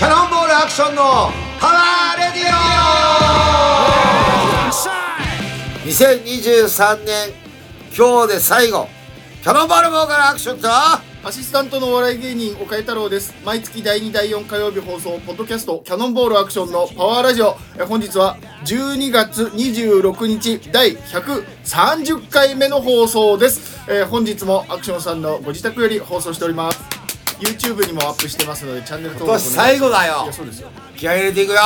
クションのパワーレディオ2023年今日で最後キャノンバルボーカルアクションとアシスタントのお笑い芸人岡井太郎です毎月第2第4火曜日放送ポッドキャストキャノンボールアクションのパワーラジオえ本日は12月26日第130回目の放送です、えー本日もアクションさんのご自宅より放送しております YouTube にもアップしてますのでチャンネル登録お願いします今年最後だよいやそうですよ気合い入れていくよ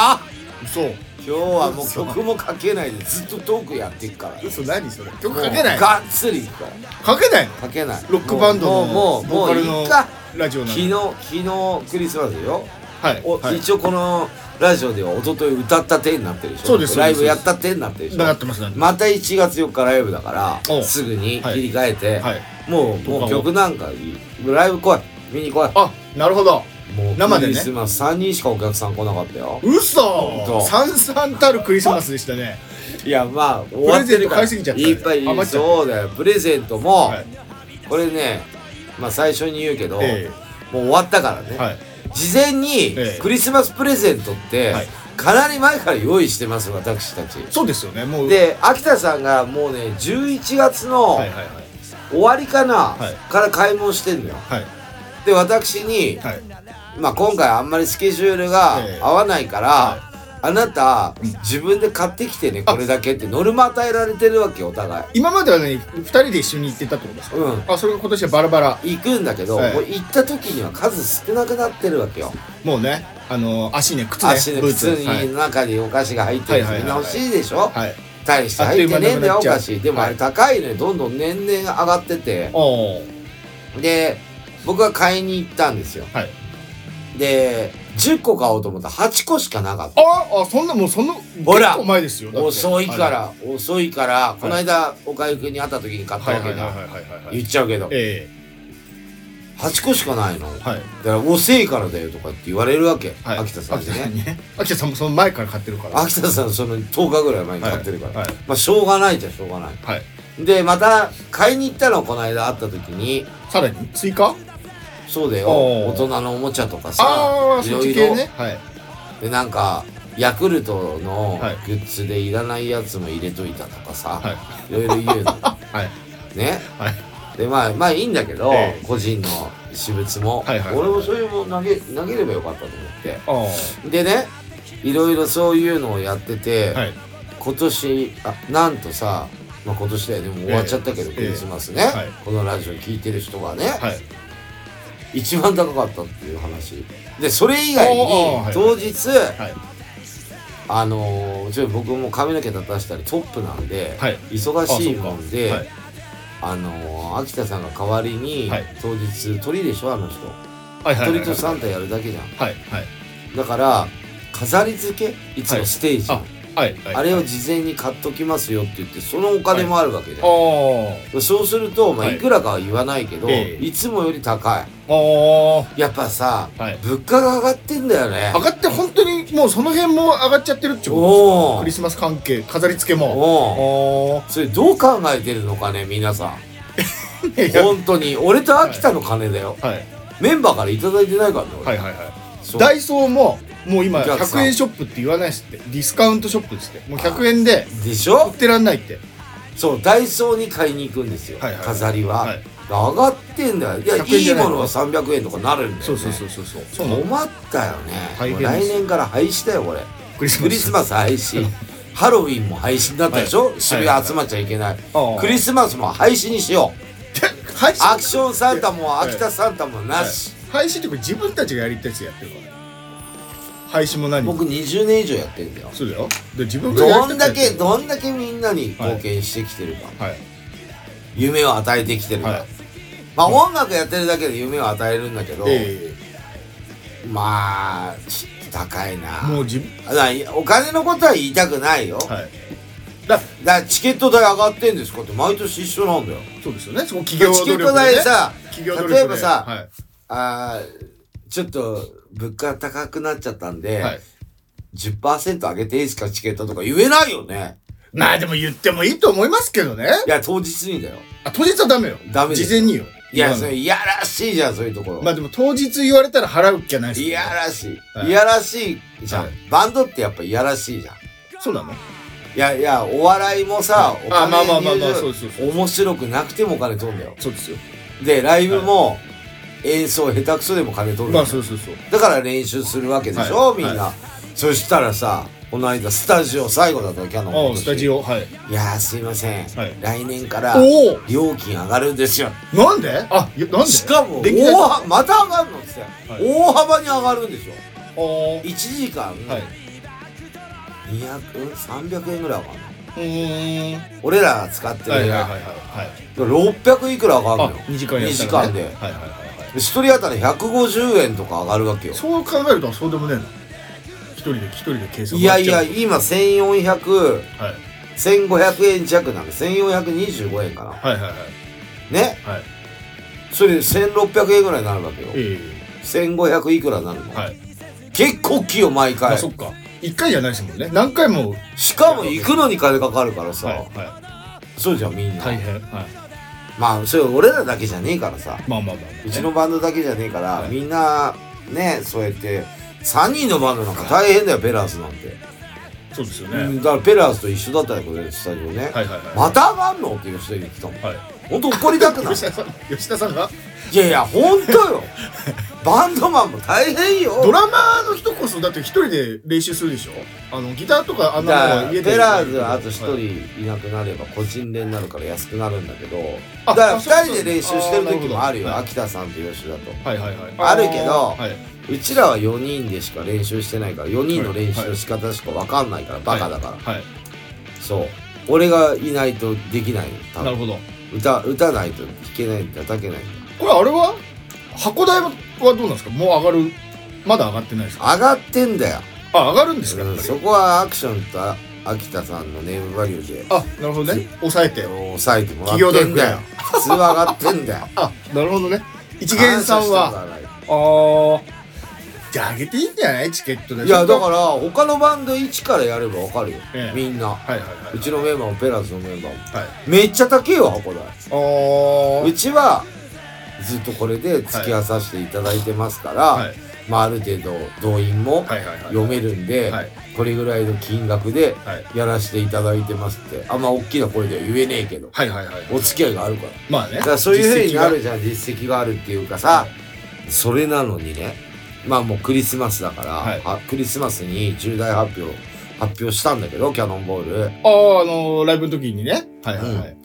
嘘今日はもう曲もかけないでずっとトークやっていくから嘘何それ曲かけないかがっつりいくからけないのかけないロックバンドのもうもうもボーうカルいのいかラジオな昨の日昨日クリスマスでしょはい、おはい、一応このラジオでは一昨日歌った手になってるでしょそうですそうライですブやった手になってるでしょなってますなってまた1月4日ライブだかおらうすぐに切り替えて、はいもうもう曲なんかいいライブ来い見に来いあなるほどもう生でねクリスマス3人しかお客さん来なかったよ本嘘当さんさんたるクリスマスでしたねいやまあ終わってるからプレゼント買いすぎちゃったいっぱい余っちゃったそうだよプレゼントも、はいこれねまあ最初に言うけど、えもう終わったからね、はい事前にええクリスマスプレゼントって、はいかなり前から用意してます私たちそうですよねもうで秋田さんがもうね11月のはいはいはい終わりかな、はいから買い物してんのよはいで私に、はいまあ、今回あんまりスケジュールがええ合わないから、はあなた自分で買ってきてねこれだけってノルマ与えられてるわけよお互い今まではね二人で一緒に行ってたってことですか、うんあそれが今年はバラバラ行くんだけど、ええもう行った時には数少なくなってるわけよもうねあの足ね靴ね足のブー靴ツに中にお菓子が入ってるやつはいみんはないはいはい欲しいでしょ、はい、はい、大して入ってねえんだよあおっという間なくな菓っちゃ子うでもあれ高いねどんどん年々上がってておーで僕は買いに行ったんですよはいで10個買おうと思ったら8個しかなかったああそんなもうそんなほら結構前ですよだって遅いから遅いからこの間おかゆくんに会った時に買ったはいわはいけはいはだいはいはい言っちゃうけどえ8個しかないのえだかはいら遅いからだよとかって言われるわけはい秋田さんに秋田さんねにね秋田さんもその前から買ってるから秋田さんその10日ぐらい前に買ってるかはらいはいまあしょうがないじゃしょうがないはいでまた買いに行ったのこの間会った時にさらに追加そうだよお大ー人のおもちゃとかあさあいそっろちい系ろねはいでなんかヤクルトのはいグッズでいらないやつも入れといたとかさ、はいい、ろいろ言うのはいねはいでまあまあいいんだけど、ええ個人の私物も、はいはいはい俺もそういうもの投げ投げればよかったと思っああてでねいろいろそういうのをやってて、はい今年あなんとさ、まあ、今年だよねもう終わっちゃったけど、ええクリスマスね、ええはいこのラジオ聞いてる人がね、はい一番高かったっていう話でそれ以外におーおーはい当日、はいあのー、ちょっと僕も髪の毛立たしたりトップなんで、はい忙しいもんであ、あそっかのー、秋田さんが代わりに、はい当日鳥でしょあの人はいはいはい鳥とサンタやるだけじゃんはいはいだから飾り付けいつもステージの、あはいはいあれを事前に買っときますよって言ってそのお金もあるわけじゃん、あそうすると、まあ、はいいくらかは言わないけど、ええいつもより高ああいやっぱさ、あはい物価が上がってんだよね上がって本当にもうその辺も上がっちゃってるってことですおかークリスマス関係飾り付けもおうおそれどう考えてるのかね皆さんーいやはい本当に俺と秋田の金だよ、はいメンバーから頂いいてないからね俺はいはいそうダイソーももう今お客さん100円ショップって言わないっすってディスカウントショップっすってもう100円ででし売ょってらんないってそうダイソーに買いに行くんですよ、はいはいはい飾りは、はい上がってんだよいや100円いじいゃないものは300円とかなるんだよ、ね、そうそうそうそうそうそうなの困ったよね大も変うです来年から廃止だよこれクリスマスクリスマス廃 止ハロウィンも廃止になったでしょ、はい渋谷集まっちゃいけない、ああクリスマスも廃止にしよう 配信アクションサンタも秋田サンタもなし、配信ってこれ自分たちがやりたいやつやってるから配信も何も僕20年以上やってんだよそうだよで自分がやどりんただくてやけってるどんだけみんなに貢献してきてるか、はい夢を与えてきてるか、はいまあ音楽やってるだけで夢を与えるんだけど、えまあちょっと高いなえもう自分だからお金のことは言いたくないよ、はいだからチケット代上がってんですかって毎年一緒なんだよそうですよねそこ企業チケ努力ットで代さ企業努力で例えばさ、はいあーちょっと物価高くなっちゃったんで、はい10%上げていいですかチケットとか言えないよねまあでも言ってもいいと思いますけどね。いや当日にだよあ、当日はダメよ。ダメです事前によ。いや、今のそれ、いやらしいじゃん、そういうところ。まあでも当日言われたら払うっきゃないですいやらしはいい。いやらしいじゃん。はいバンドってやっぱいやらしいじゃん。そうなのいやいや、お笑いもさ、おあまあまあまあ入まれあるそうですそうです面白くなくてもお金取るんだよ。そうですよで、ライブも、演奏下手くそでも金取るんだまよあそうそうそうだから練習するわけでしょ、はいみんな、はそしたらさこの間スタジオ最後だったのキャノン今ああ年スタジオはいいやーすいません、はい来年からおお料金上がるんです よなんであいやなんでしかも歴代大幅また上がるのっつって、はい大幅に上がるんでしょあー1時間はい200300円ぐらい上がるのうーんは俺らが使ってるいのはいはいが、はいはい600いくら上があるのよ二時間や2った時らね間ではいはいはいはい1人当たり150円とか上がるわけよそう考えるとそうでもねえな一人で一人で計算いやいやはい今1400 1500円弱なんで1425円かなはいはいはいねはいそれで1600円ぐらいになるわけよえ1500いくらになるの、えはい結構大きいよ毎ま回あそっか一回じゃないですもんね何回もしかも行くのに金かかるからさ、はいはそうじゃんみんいな、大変はいまあそれ俺らだけじゃねえからさまあまあまあまあうちのバンドだけじゃねえから、はいみんなねそうやって3人のバンドなんか大変だよペラースなんて、そうですよねうんだからペラースと一緒だったよこれスタジオね、はいはいはいまた上がんのっていう人に来たもんはいほんと怒りたくなる吉田さん吉田さんがいやいやほんとよバンドマンも大変よドラマーの人こそだって一人で練習するでしょあのギターとかあんじなゃのあはペ家でラーズはあと一はい人いなくなれば個人練になるから安くなるんだけどあだからあそうそう二人で練習してる時もあるあよーなる秋田さんと吉田とはいはいはいあるけどあーはいうちらは4人でしか練習してないから4人の練習の仕方しか分かんないからバカだからはいそう俺がいないとできないよ多なる分ほど歌歌ないと弾けない叩けないこれあれは箱代はどうなんですかもう上がるまだ上がってないですか上がってんだよあ上がるんですかやっぱりそこはアクションと秋田さんのネームバリューであなるほどね抑えて抑えてもらってんだよ普企通は上がってんだよあなるほどね 一元さん感謝しはてもらわないとああじゃあ上げていいんじゃないチケットでいやだらから他のバンド1からやればわかるよ、ええみんなはいはいはいうちのメンバーもペラーズのメンバーもはいめっちゃ高えよ箱代あーうちはずっとこれで付き合わさせていただいてますから、はいまあ、ある程度動員もはいはいはい読めるんで、はいこれぐらいの金額ではいやらせていただいてますってあんま大きな声では言えねえけどはいはいはいお付き合いがあるからまあねだからそういうふうにな実績るじゃん実績があるっていうかさ、それなのにねまあもうクリスマスだから、はいあクリスマスに重大発表発表したんだけどキャノンボールがあああのライブの時にねはいはいはい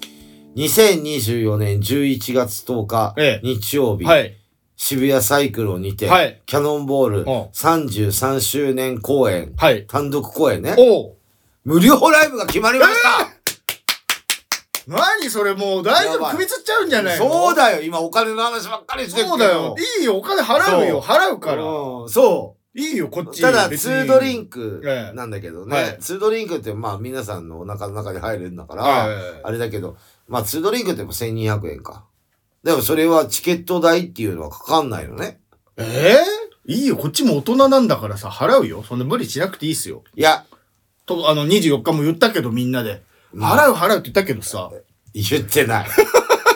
2024年11月10日、ええ日曜日、はい渋谷サイクロンにて、はいキャノンボールん33周年公演はい単独公演ねおう無料ライブが決まりました、何それもう大丈やば夫い首つっちゃうんじゃないのそうだよ今お金の話ばっかりしてるけどそうだよいいよお金払うよ払うからうんそういいよこっちただ、別ツにードリンクええなんだけどね、はいツードリンクってまあ皆さんのお腹の中に入るんだから、はいあれだけど、まあツードリンクっても1200円か。でもそれはチケット代っていうのはかかんないのね。ええいいよこっちも大人なんだからさ払うよそんな無理しなくていいっすよいや、とあの24日も言ったけどみんなでうん払う払うって言ったけどさ言って ない。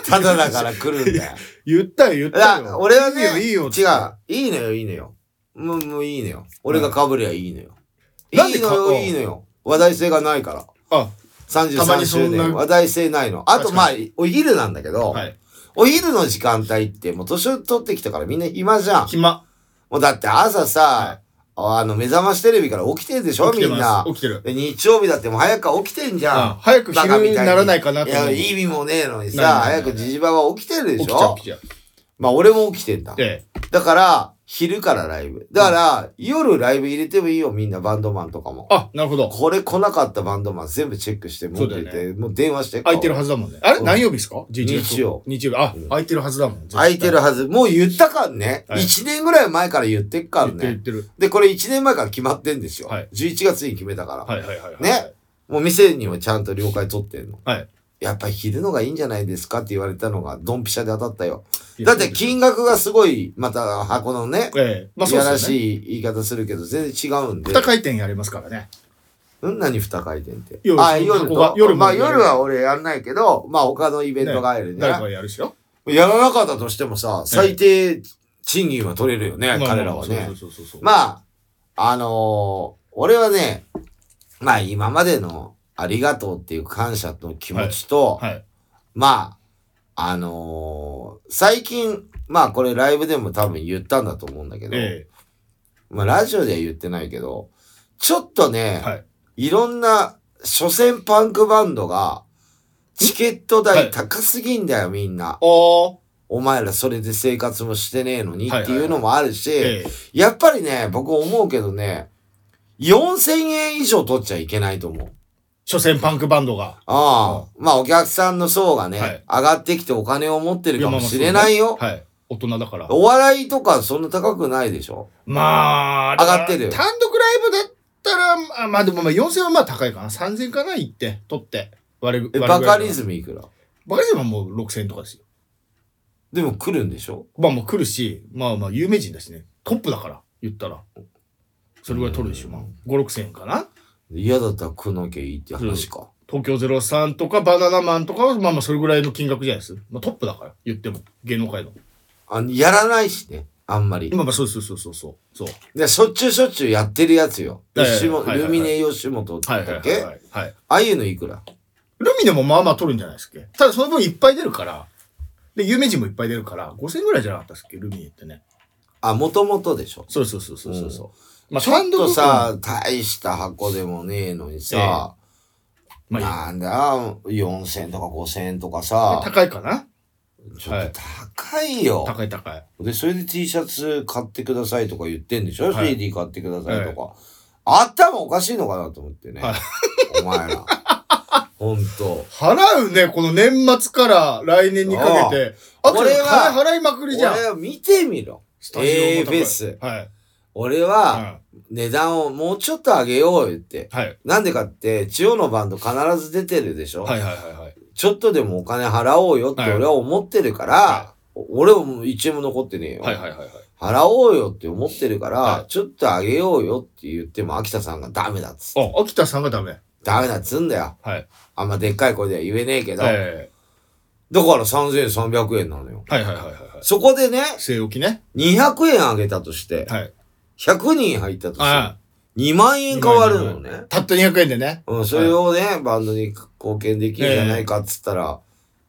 ただだから来るんだよ。言ったよ言っいたや、よ俺はね、いいよいいよ違う。いいのよ、いいのよ。もう、もういいのよ。俺が被りゃいいのよ。なんいでいかのよ、いいのよ。話題性がないから。あた33まにそんな周年。話題性ないの。あと、確まあか、お昼なんだけど、はいお昼の時間帯って、もう年を取ってきたからみんな暇じゃん。暇もうだって朝さ、あの、目覚ましテレビから起きてるでしょ、起きみてんなます。起きてるで日曜日だってもう早く起きてんじゃあん。早くバカ昼みたにいならないかなとい思や、う意味もねえのにないさ、ないな早いくジジバは起きてるで起きしちゃうょ起きちゃうまあ俺も起きてんだ。えだから、昼からライブ。だから、夜ライブ入れてもいいよ、みんなバンドマンとかもえ。あなるほどこれ来なかったバンドマン全部チェックして持ってそうだて、もう電話して。空いてるはずだもんねあれうん何曜日ですか11月日曜日曜日あうん空いてるはずだもん空いてるはず。もう言ったからね。はい1年ぐらい前から言ってっかはらず言っね。てる言ってるで、これ1年前から決まってんですよ。はい11月に決めたから。はいはいはいはいねもう店にはちゃんと了解取ってんの。はいやっぱり昼のがいいんじゃないですかって言われたのが、ドンピシャで当たったよ。いやだって金額がすごい、また箱のね、ええまあいそうやでらすよねしい言い方するけど、全然違うんで。二回転やりますからねうん、何二回転って。夜あ、その夜箱がと。夜もまあやる夜は俺やんないけど、まあ他のイベントがあるね。誰かがやるしよやらなかったとしてもさ、最低賃金は取れるよね、彼らはね。そうそうそうそう。まあ、あのー俺はね、まあ今までのありがとうっていう感謝の気持ちと、はい。まあ、あのー最近、まあこれライブでも多分言ったんだと思うんだけど、えまあラジオでは言ってないけど、ちょっとえね、はい。い、ろんな、所詮パンクバンドが、チケットはい代高すぎんだよみんな。おー。お前らそれで生活もしてねえのにはっいはいていうのもあるし、ええやっぱりね、僕思うけどね、4000円以上取っちゃいけないと思う。所詮パンクバンドが。ああ、まあお客さんの層がね、はい上がってきてお金を持ってるかもしれないよ。はい。大人だから。お笑いとかそんな高くないでしょまあ、上がってるよだから単独ライブだったら、あまあでもまあ4000はまあ高いかな。3000かな行って、取って。割れえ割バれカリぐらいかズムいくらなバカリズムはもう6000とかですよ。でも来るんでしょまあもう来るし、まあまあ有名人だしね。トップだから、言ったら。それぐらい取るでしょ。まあ5、6000円かな。嫌だったら来なきゃいいって話か。東京03とかバナナマンとかは、まあまあそれぐらいの金額じゃないです。まあトップだから、言っても。芸能界の。あのやらないしね、あんまり。今まあそうそうそうそうそう。そう。でしょっちゅうしょっちゅうやってるやつよ。ええ吉本はいはいはルいミネ吉本ってはい言っはいたはっけ、いはい。はい。ああいうのいくらルミネもまあまあ取るんじゃないですっけただその分いっぱい出るから。で、有名人もいっぱい出るから、5000ぐらいじゃなかったっすっけルミネってね。あ、もともとでしょ。そうそうそうそうそうそう。まあ、ちょっと単独、さ、大した箱でもねえのにさ、まあなんだ、4000とか5000とかいい、さ、高いかなちょっと高いよ。高い高い。で、それで T シャツ買ってくださいとか言ってんでしょ、はい ?CD 買ってくださいとか。頭おかしいのかなと思ってね。はいお前ら。ほんと。払うね、この年末から来年にかけて。あああと俺金は払いまくりじゃん。俺は見てみろ。スタジオも高い AFS はい。俺はは値段をもうちょっと上げようよってい。。はい。なんでかって、地方のバンド必ず出てるでしょ、はいはいはいはい。ちょっとでもお金払おうよってはい俺は思ってるから、は俺はもう一円も残ってねえよ。はいはいはいはい。払おうよって思ってるから、はちょっと上げようよって言っても秋田さんがダメだっつって。あ、秋田さんがダメ。ダメだっつうんだよ。はい。あんまでっかい声では言えねえけど、えだから3300円なのよ。えはいはいはいはいはい。そこでね、据え置きね。 200円上げたとして、はい。 100人入ったとして、あ2万円変わるのよねあ。たった200円でね。うん、それをね、バンドに貢献できるんじゃないかっつったら、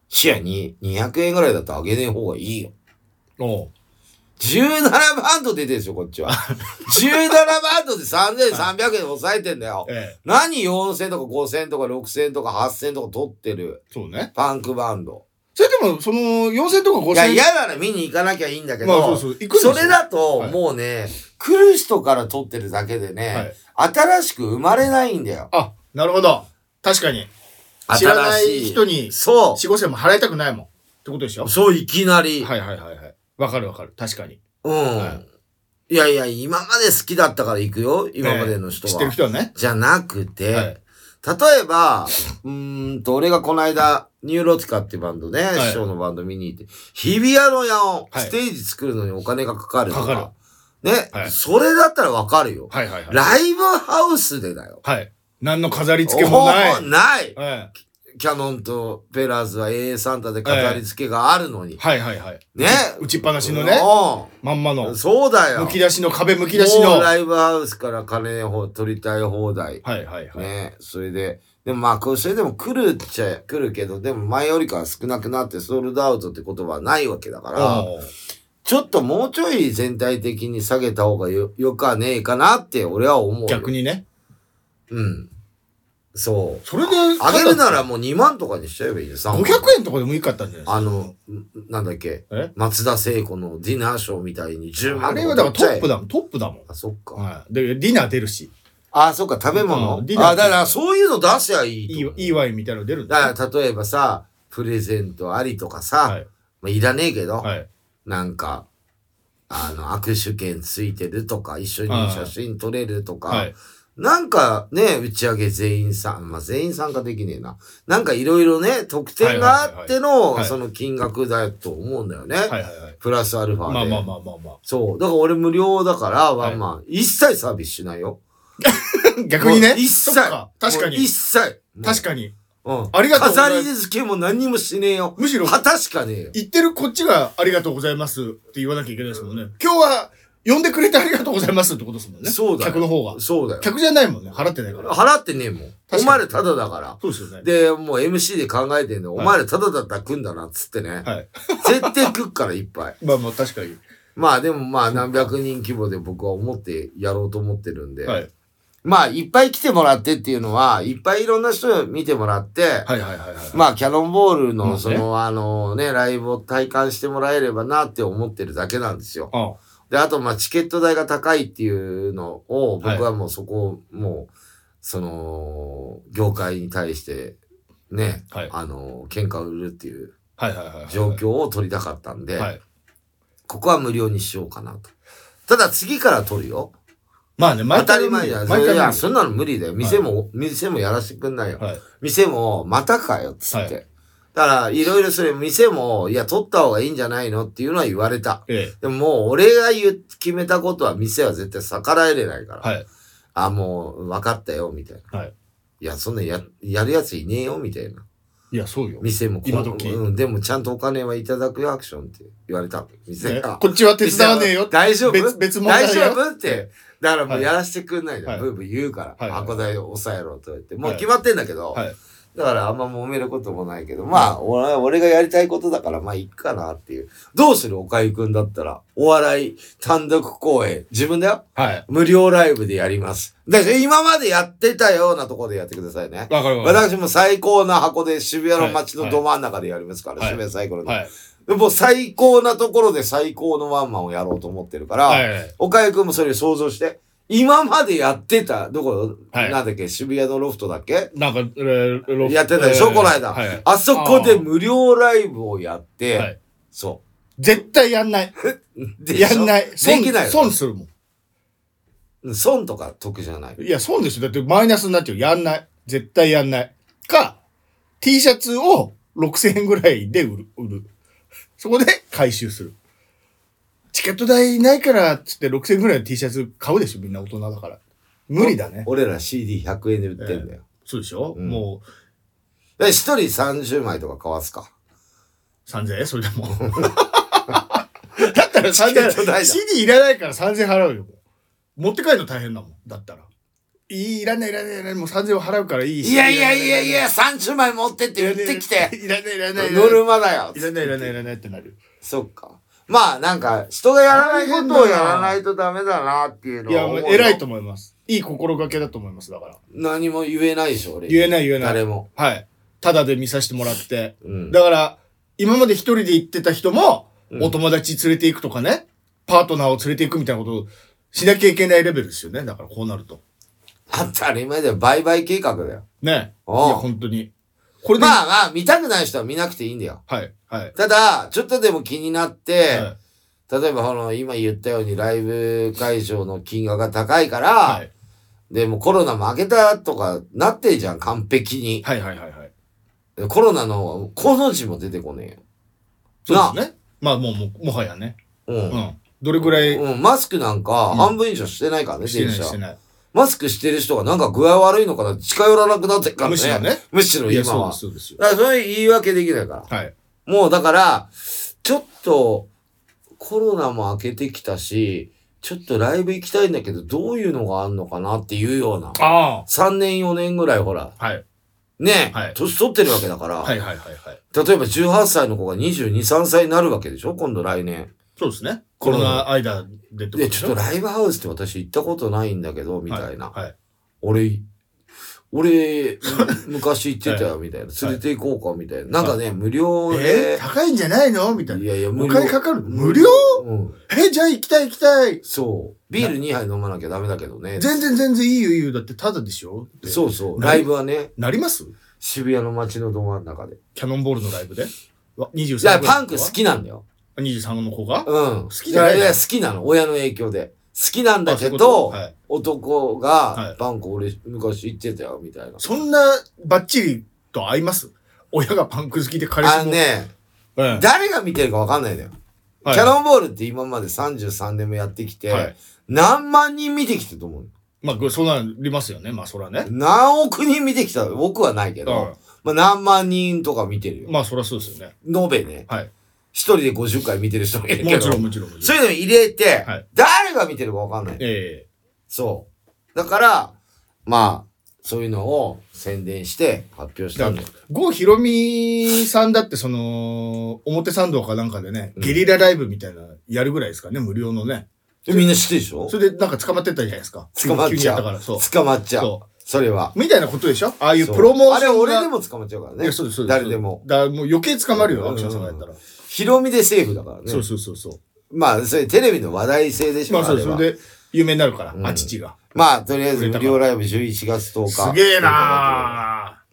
視野に200円ぐらいだと上げねえ方がいいよ。おう17バンド出てるんですよ、こっちは。17バンドで3300円抑えてんだよ。ええ何4000とか5000とか6000とか8000とか取ってるそうね。パンクバンド。それでも、その、4000とか5000いや、嫌なら見に行かなきゃいいんだけど、まあそうそう行くんですよれだとはいもうね、来る人から取ってるだけでね、新しく生まれないんだよ。あ、なるほど。確かに。知ら新なしい人にそ4、5000も払いたくないもん。ってことでしょう。はそう、いきなり。いはいはいはい。わかるわかる。確かに。うん。、はいやいや、今まで好きだったから行くよ、今までの人知っは。てる人はね。じゃなくて、はい例えば、うーんと、俺がこの間、ニューロティカってバンドね、い師匠のバンド見に行って、日比谷の野音、はいステージ作るのにお金がかかるとか。かね、はいそれだったらわかるよ、はいはいはい。ライブハウスでだよ。はい。何の飾り付けもない。おーないはいキャノンとペラーズは AA サンタで飾り付けがあるのに。はいはいはい。ね打ちっぱなしのね。まんまうのん。そうだよ。むき出しの壁むき出しの。もうはライブハウスから金を取りたい放題い。はいはい。ね、それで、でもまあ、こうそれでも来るっちゃ来るけど、でも前よりかは少なくなってソールドアウトって言葉はないわけだから、おーちょっともうちょい全体的に下げた方がよよかねえかなって俺は思う。逆に。にね。うん。そう。それで、上げるならもう2万とかにしちゃえばいいよ、3万。 500円とかでもいいかったんじゃないですか。あの、んなんだっけ、え松田聖子のディナーショーみたいに10あ万れはだからトップだ。だもん。トップだもあ、そっか。ん。はい。で、ディナー出るし。あ、そっか、食べ物。うんディナーあ、だからそういうの出せばいいとい思。いういいワインみたいなの出るんだだね。から例えばさ、プレゼントありとかさ、はいまあ、いらねえけど、はい。なんか、あの、握手券ついてるとか、一緒に写真撮れるとか、はい。なんかね、打ち上げ全員さん、まあ、全員参加できねえな。なんかいろいろね、特典があってはいはいはいの、はいその金額だと思うんだよね。はいはいはい。プラスアルファで。まあまあまあまあまあ。そう。だから俺無料だから、ワはいンマン、一切サービスしないよ。逆に もねう。一切そっか。確かもう一に。切。確かに。うん。ありがとうございます飾り付けも何にもしねえよ。むし ろ旗しかねえよ。言ってるこっちがありがとうございますって言わなきゃいけないですもんね。今日は呼んでくれてありがとうございますってことですもんね。そうだよ客の方が。そうだよ。客じゃないもんね。払ってないから。払ってねえもん。かにお前らタダだから。そうですよね。で、もう MC で考えてんの、はいお前らタダだったら食うんだな、っつってね。はい。絶対食っから、いっ ぱい。まあまあ確かに。まあでもまあ何百人規模で僕は思ってやろうと思ってるんで。はい。まあいっぱい来てもらってっていうのは、いっぱいいろんな人見てもらって、はいはいはいはい。まあキャノンボールまあのねその、あのね、ライブを体感してもらえればなって思ってるだけなんですよ。あで、あとまあチケット代が高いっていうのを、僕はもうそこをもう、その、業界に対して、ね、はいあの、喧嘩を売るっていうはいはいはいはい。状況を取りたかったんで、はい。ここは無料にしようかなと。ただ次から取るよ。まあね、当毎た回り前じゃん。毎い回や、そんなの無理だよ。店も、店もやらせてくんないよ。はい。店も、またかよ、つって。はだから、いろいろそれ、店も、いや、取った方がいいんじゃないのっていうのは言われた。ええ。でも、もう、俺が言う、決めたことは、店は絶対逆らえれないから。はい。あ、もう、分かったよ、みたいな。はい。いや、そんなや、やるやついねえよ、みたいな。いや、そうよ。店もこう、今時うん、でも、ちゃんとお金はいただくよ、アクションって言われた。店ねが。こっちは手伝わねえよ。大丈夫別別問題大だ丈よ夫って。だからもはういやらせてくんないで、はいブーブー言うから、はい箱代を抑えろと言って。もうはい決まってんだけど、はいだからあんま揉めることもないけど、まあ、俺俺がやりたいことだから、まあ、いっかなっていう。どうするおかゆくんだったら、お笑い単独公演、自分だよ。はい。無料ライブでやります。だから今までやってたようなところでやってくださいね。わかるわか私も最高な箱で渋谷の街はのいど真ん中でやりますから、はい渋谷最高の。る。はい。でもう最高なところで最高のワンマンをやろうと思ってるから、はい。おかゆくんもそれを想像して、今までやってた、どこ、はいなんだっけ、渋谷のロフトだっけなんか、えーロフやってたでしょ、えーこの間、はい。あそこで無料ライブをやって、はいそ絶対やんない。う。でしやょんない。で損きないよ損するもん。うん損とか得じゃない。いや、損ですよ。だってマイナスになっちゃう。やんない。絶対やんない。か、T シャツを6000円ぐらいで売る。売るそこで回収する。チケット代ないから、つって6000円ぐらいの T シャツ買うでしょ。みんな大人だから。無理だね。俺ら CD100 円で売ってんだよ。そうでしょ、うんもうで一人30枚とか買わすか。 3000円それでも。 だったらチケット代3000だ円。CD いらないから3000円払うよ。持って帰るの大変だもん。だったら。いい、いらない、いらない、いらない。もう3000円払うからいい。いやいやいやいや、30枚持ってって言ってきて。いらないいらないいらない。ノルマだよ。いらないいらないいらないってなる。そっか。まあなんか、人がやらないことをやらないとダメだなっていうのいや、はも思ううよ。偉いと思います。いい心がけだと思います、だから。何も言えないでしょ、俺。言えない言えない。誰も。はい。ただで見させてもらって。うん。だから、今まで一人で行ってた人も、うんお友達連れて行くとかね、パートナーを連れて行くみたいなことをしなきゃいけないレベルですよね。だからこうなると。当たり前だよ。売買計画だよ。ね。いおうや、本当に。これで、まあまあ、見たくない人は見なくていいんだよ。はい、はい。ただ、ちょっとでも気になって、はい例えばこの、今言ったようにライブ会場の金額が高いから、はい。でもコロナ負けたとかなってんじゃん、完璧に。はい、はい、はいはい。コロナの、この字も出てこねそうですね。まあ、もう、もうもはやね。えよ。う。うんん。どれぐらい、うん、マスクなんか半分以上してないからね、して電ない、車して。ない。マスクしてる人がなんか具合悪いのかなって近寄らなくなってっからね。むしろね。むしろいや、今そうはです、。そうですよ。だからそれ言い訳できないかはい。ら。もうだから、ちょっとコロナも明けてきたし、ちょっとライブ行きたいんだけど、どういうのがあんのかなっていうような。あ3年4年ぐらいほら、あ。はい。ね、はい年取ってるわけだから、はい、はい、はい、はい。例えば18歳の子が22、3歳になるわけでしょ今度来年。そうですね。ココロロナナ間でってことで、でちしょょっとライブハウスって私行ったことないんだけど、みたいな。はい。はい俺、俺、昔行って たよ、みたいな。連れて行こうか、みたいな。なんかね、無料えーで。高いんじゃないのみたいいな。やいや、お金かかる無料うん。え、じゃあ行きたい行きたい。そう。ビール2杯飲まなきゃダメだけどね。全然全然いいよいいよ。だってタダでしょってそうそう。なライブはね、なります渋谷の街のど真ん中で。いキャノンボールのライブで。わ23や、歳パンク好。きなんだよ。 23の子がうん。好きじゃないいや、好きなの。親の影響で。好きなんだあけそういうことど、はい男はがい、パンク俺昔行ってたよ、みたいな。そんなバッチリと合います親がパンク好きで彼氏も。あのね、うん。誰が見てるかわかんないんだよ。はいキャノンボールって今まで33年もやってきて、はい何万人見てきたと思うまあ、そうなりますよね。まあ、そらね。何億人見てきた僕はないけうんど、まあ何万人とか見てるよ。まあ、そりゃそうですよね。延べね。はい。一人で50回見てる人もいるけもちろどん、。もちろん、もちそろん。ういうの入れてはい、誰が見てるかわかんない。えそう。だから、まあ、そういうのを宣伝して発表しえただんかだら。、郷ひろみさんだって、その、表参道かなんかでね、ゲリラライブみたいな、やるぐらいですかね、無料のね。えみんな知ってるでしょそれで、なんか捕まってったじゃないですか。捕まっ急にちやゃったから、そうう。。捕まっちゃうそ。それは。みたいなことでしょああいうそうプロモーションが。あれ俺でも捕まっちゃうからいねや、そうです、そう。です。誰でも。だからもう余計捕まるよ、うん役者さんがやったら。ヒロミでセーフだからそうね。そうそうそう。まあ、それテレビの話題性でしょ。まあ、そうれそはれで有名になるからう、んあ、父が。まあ、とりあえず無料ライブ11月10日。すげえな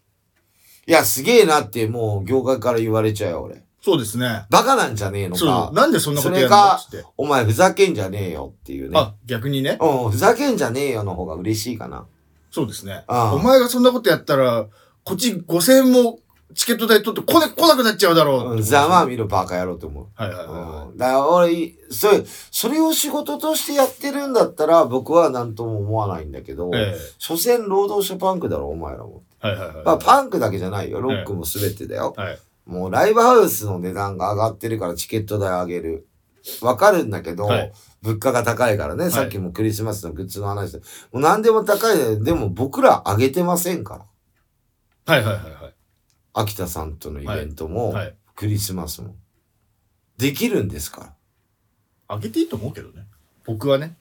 いや、すげえなって、もう、業界から言われちゃうよ、俺。ーそうですね。バカなんじゃねえのそかう。。なんでそんなこそとれやるのかっつって。、お前ふざけんじゃねえよっていうね。あ、逆にね。うん、ふざけんじゃねえよの方が嬉しいかな。そうですね。ああお前がそんなことやったら、こっち5000円もチケット代取って来,、ね、来なくなっちゃうだろうう。ん、ざまあ見ろバカ野郎って思う。はいはいはいはうん、だから俺、それ、それを仕事としてやってるんだったら、僕は何とも思わないんだけど、い。え所詮労働者パンクだろ、お前らも。え。はいはいはい。まあ、パンクだけじゃないよ、ロックも全てだよ。はい。もうライブハウスの値段が上がってるからチケット代上げる。わかるんだけど、はい物価が高いからね、いさっきもクリスマスのグッズの話で、もう何でも高いで、でも僕ら上げてませんから。はいはいはいはい。秋田さんとのイベントも、はい。クリスマスも。できるんですから。あげていいと思うけどね。僕はね。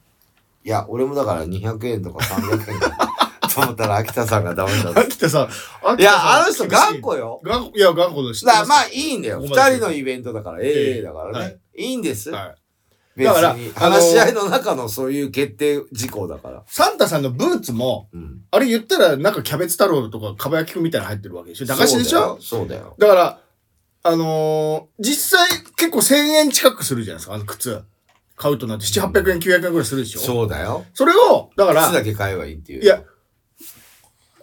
いや、俺もだから200円とか300円と か、と思ったら秋田さんがダメだった。秋田さん。秋田さんいや、あの人頑。固よ。頑固いや、頑固です。知ってだかまらすまあいいんだよ。こ二こまで人のイベントだから、ええだからね。はいい、いんです。はい。別だからに。あのー話し合いの中のそういう決定事項だから。サンタさんのブーツも、うん。あれ言ったらなんかキャベツ太郎とかかば焼きくんみたいなの入ってるわけでしょ駄菓子でしょそうだよ。だから、あのー実際結構1000円近くするじゃないですか、あの靴。買うとなって7、800円、900円ぐらいするでしょそうだよ。それを、だか靴だら、け買えばいいっていう。いや、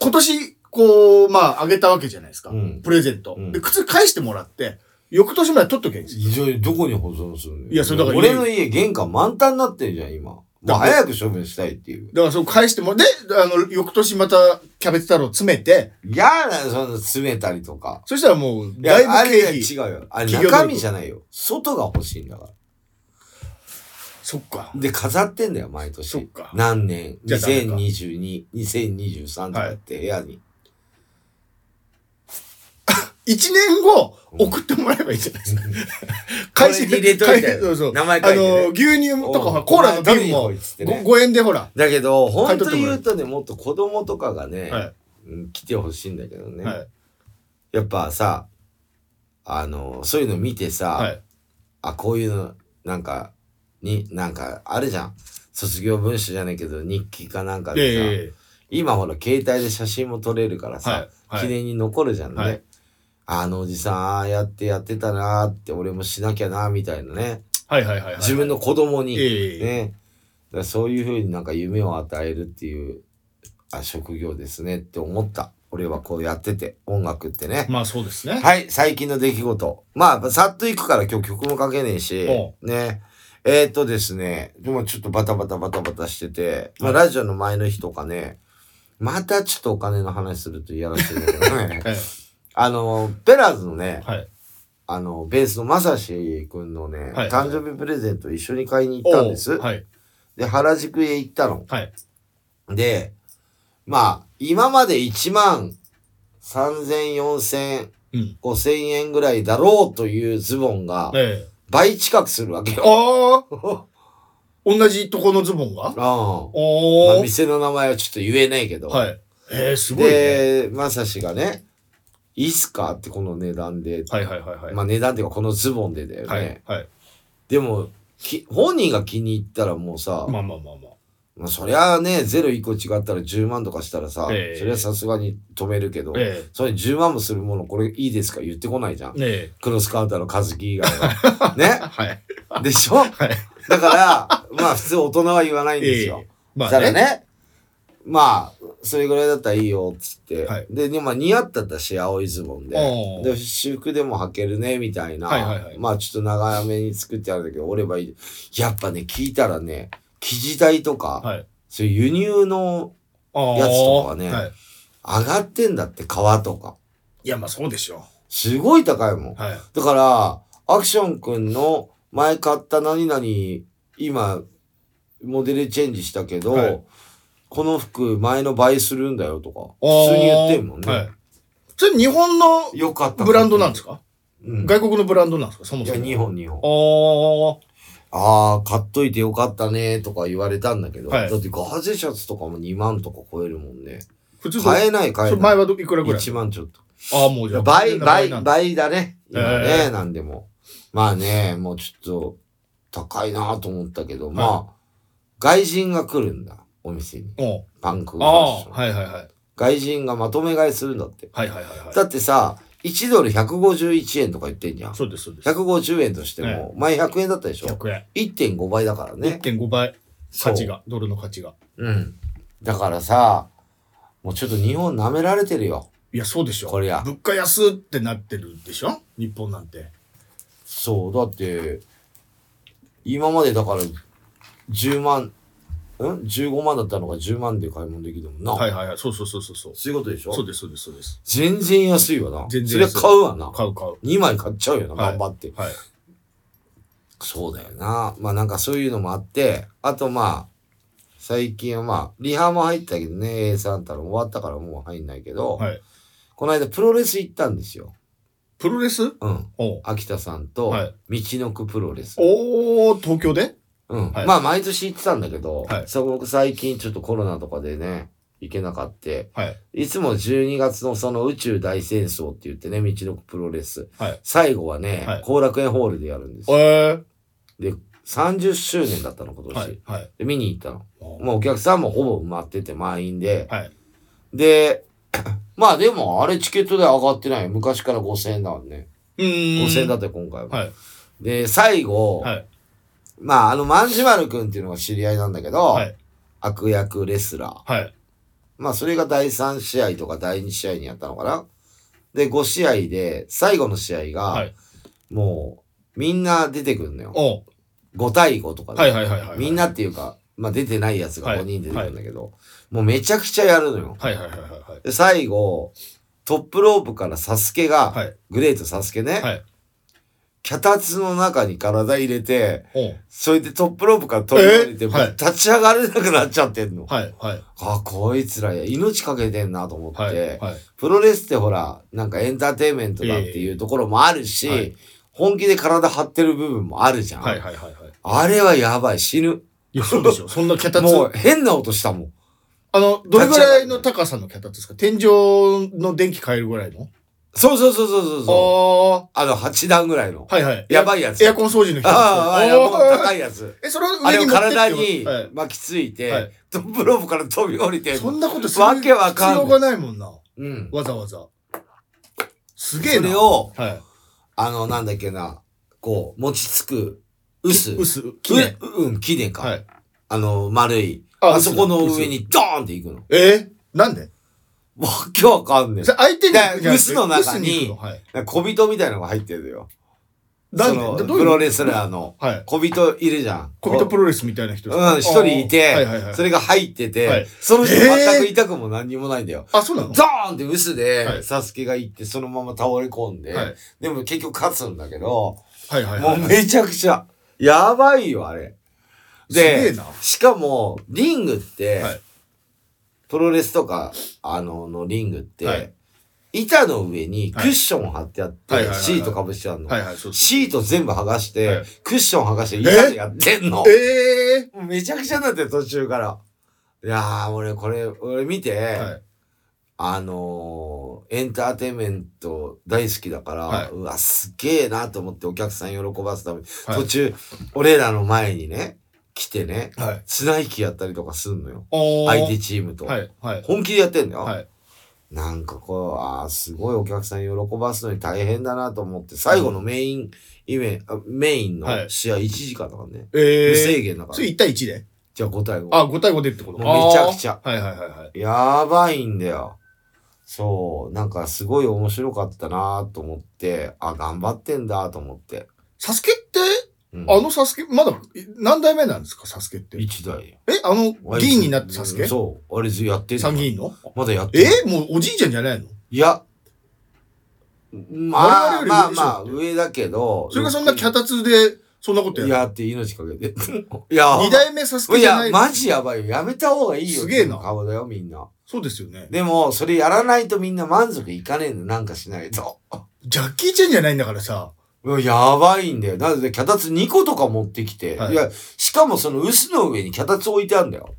今年、こう、まあ、あげたわけじゃないですか。うんプレゼント、うんで、靴返してもらって、翌年まで取っとけばいいんですよ。非常にどこに保存するのよいやそれだから俺の家玄関満タンになってるじゃん、今。もう早く処分したいっていう。だから、そう返しても、で、あの、翌年またキャベツ太郎詰めて、嫌だよ、その詰めたりとか。そしたらもう、いやだいぶあれ経違費。うよ。あれ企業努力中身じゃないよ。外が欲しいんだから。そっか。で、飾ってんだよ、毎そっ年。か。何年じゃあダメか ?2022、2023とかって部屋に。一年後、うん送ってもらえばいいじゃないですか。これに入れ といて会社そうそう。名前書いあてねの、牛乳とかほら、おコーラのお前瓶どもれにこいつってねご5円でほら。だけど、買い本取っ当てもらえ言うとね、もっと子供とかがね、はうん来てほしいんだけどい。ね。はい。やっぱさ、あの、そういうの見てさ、はい。あ、こういうの、なんか、に、なんか、あるじゃん。卒業文集じゃないけど、日記かなんかいやいでさ、やい今ほら、携帯で写真も撮れるからやさ、はい。は記い。念に残るじゃんね。はいあのおじさん、ああやってやってたなーって、俺もしなきゃなーみたいなね。はいはいはいはい。自分の子供いに、やいやいや、ね。だからそういうふうになんか夢を与えるっていうあ職業ですねって思った。俺はこうやってて、音楽ってね。まあそうですね。 はい、最近の出来事。まあ、さっと行くから今日曲もかけねえしお、ね。えっ、ー、とですね、でもちょっとバタバタバタバタしてて、まあ、ラジオの前の日とかね、またちょっとお金の話すると嫌らしいんだけどね 。えあの、ペラーズのねえ、はい。あの、ベースのまさしくんのね、はい誕生日プレゼント一緒に買いに行ったんです。おうはい。で、原宿へ行ったの。はい。で、まあ、今まで1万3000、4000、うん。 5000円ぐらいだろうというズボンがええ。倍近くするわけ よ。ああ 同じとこのズボンがああ。まあおー。店の名前はちょっと言えないけど。はい。ええ、すごいね。で、まさしがね、いいっすかってこの値段で。はいはいはいはい。まあ値段っていうかこのズボンでだよね。はい。はい。でも、き本人が気に入ったらもうさ、まあまあまあままあ、そりゃあね、ゼロ1個違ったら10万とかしたらさ、ええそれはさすがに止めるけど、あ。えそれ10万もするものこれいいですか言ってこないじゃんえ。。えクロスカウンターの和樹以外 は。え。ねはい。でしょはい。だから、まあ普通大人は言わないんですよ。まそあしたらね。ね、まあ、それぐらいだったらいいよ、つって。はいで、でまあ似合ったったし、青いズボンで。おーで、私服でも履けるね、みたいな。はいはいはいまあちょっと長めに作ってあるんだけど、折ればいい。やっぱね、聞いたらね、生地代とか、はい。そういう輸入のあーやつとかはねはい。上がってんだって、皮とか。いや、まあそうでしょすごい高いもんう。。はい。だから、アクションくんの前買った何々、今、モデルチェンジしたけど、はいこの服前の倍するんだよとか、普通に言ってんもんね。はい。それ日本のよかった。ブランドなんですかうん。外国のブランドなんですかそもいそや、も。日本、日本。本。ああ、買っといてよかったね、とか言われたんだけど、はいだってガーゼシャツとかも2万とか超えるもんね。ああ。普通の買えない、買えそない。れ前はどいくらぐらい1万ちょっと。ああ、もうじゃあ。倍、倍、なんだ倍だね。今ね、えなんでも。まあね、もうちょっと高いなと思ったけど、まあ、外人が来るんだ、お店に。おうパンクファッあシあ、ョンはいはいはい。外人がまとめ買いするんだって。はいはいはいはい。だってさ、1ドル151円とか言ってんじゃん。そうですそうです。 150円としてえも、前100円だったでしょ100円。 1.5倍だからね。 1.5倍。そう価値が、ドルの価値が。うん。だからさ、もうちょっと日本舐められてるよ。いや、そうでしょ。こりゃ物価安ってなってるでしょ日本なんて。そう、だって、今までだから、10万、ん ?15 万だったのが10万で買い物できるもんな。はいはいはい。そうそうそうそうそう。そういうことでしょそうですそうですそうです。全然安いわな。全然安いそりゃ買うわな。買う買う。 2枚買っちゃうよな、は頑い張って。はい。そうだよな。まあなんかそういうのもあって、あとまあ、最近はまあ、リハも入ったけどね、A サンタの終わったからもう入んないけど、はい。この間プロレス行ったんですよ。プロレスうん。おう秋田さんと、はい道のくプロレス。おー、東京でうん。はいまあ、毎年行ってたんだけど、はいそこ僕最近ちょっとコロナとかでね、行けなかった。はい。いつも12月のその宇宙大戦争って言ってね、道のくプロレス。はい最後はね、はい後楽園ホールでやるんですえよ。ー。で、30周年だったの、今年。はい。はい。で、見に行ったの。おうまあ、お客さんもほぼ埋まってて満員で。はい。で、まあでも、あれチケットで上がってない。昔から5000円だもんね。うーん。 5000円だったよ、今回は。はい。で、最後、はい。まあ、あの、万事丸くんっていうのが知り合いなんだけど、はい。悪役レスラー。はい。まあ、それが第3試合とか第2試合にやったのかな。で、5試合で、最後の試合が、はいもう、みんな出てくるのよ。おう5対5とかで、はいはいはいはい。みんなっていうか、まあ、出てないやつがはい5人出てくるんだけど、もうめちゃくちゃやるのよ。はいはいはいはいはい。で、最後、トップロープからサスケが、はいグレートサスケね、はい脚立の中に体入れて、おうそれでトップロープから飛び降りて、えはい立ち上がれなくなっちゃってんの。はいはいあ、こいつら命かけてんなと思って、はいはい。プロレスってほら、なんかエンターテインメントだっていうところもあるし、ええはい本気で体張ってる部分もあるじゃん。はいはいはいはい。あれはやばい、死ぬ。いや、そうでしょ。そんな脚立。もう変な音したもん。あの、どれぐらいの高さの脚立ですか天井の電気変えるぐらいのそうそうそうそうそうそう。ああの、8段ぐらいの。あ。はいはい。やばいやつ。エアコン掃除の脚立。ああ、あおのー高いやつ。え、それをあれ上をに持ってって体にはい巻きついて、はいトップロープから飛び降りて。そんなことすわけわかんない必要がないもんな。うん。わざわざ。すげえそな。れを、はあの、なんだっけな、こう、餅つく、薄。い。薄。木木ね。うん、木でか。はい。あの、丸い。ああそこの薄上にドーンって行くの。えーなんでわけわかんねえそ。れ相手にだ行くじゃなくて。薄の中に薄行くのはい。なんか小人みたいなのが入ってるよ。なんでそのどういプうロレスラーの。はい。小人いるじゃん。小人プロレスみたいな人ですかうん、一人いて、あーはいはいはいそれが入ってて、はいその人えー全く痛くも何にもないんだよ。あ、そうなのドーンってブスで、はいサスケが行って、そのまま倒れ込んで、はいでも結局勝つんだけど、はいはいもはうい。めちゃくちゃ、やばいよ、あれ。すげえでな、しかも、リングって、はいプロレスとか、あの、のリングって、はい板の上にクッションを貼ってあって、はいはいはいはいシートかぶしてあるの。はいはい、そうです。シート全部剥がして、はいクッション剥がして板でやってんの。ええもうめちゃくちゃだって途中から。いやー、俺これ、俺見て、はい。あのーエンターテインメント大好きだから、はいうわ、すげえなと思ってお客さん喜ばすために、はい途中、俺らの前にね、来てね、はい。綱引きやったりとかすんのよ。おー相手チームと。はい、はい。本気でやってんだよ。はい。なんかこう、ああ、すごいお客さん喜ばすのに大変だなと思って、最後のメイン、イメあメインはのい試合1時間だからね。え無え制限だからそ。れ1対1で。じゃあ5対5。あ、5対5でってこともうめちゃくちゃあーはいはいはいはい。やばいんだよ。そう。なんかすごい面白かったなと思って、あ、頑張ってんだと思って。サスケって、うん、あのサスケ、まだい何代目なんですか、サスケって。え、一台。あの、議員になったサスケそう。あれずやってんの参議院のまだやってんのえもうおじいちゃんじゃないのいや、ま我々よあまあり上でしょまあ、上だけど。それがそんなキャタツで、そんなこといやる。やって命かけて。 いや、二代目サスケいじゃなやい、。マジやばいよ。やめた方がいいよ。すげえな顔だよ、みんな。そうですよね。でも、それやらないとみんな満足いかねえんだ。なんかしないと。ジャッキー・チェンじゃないんだからさ。いややばいんだよ。なので、脚立2個とか持ってきて。はいい、や、しかもその臼の上に脚立置いてあるんだよ。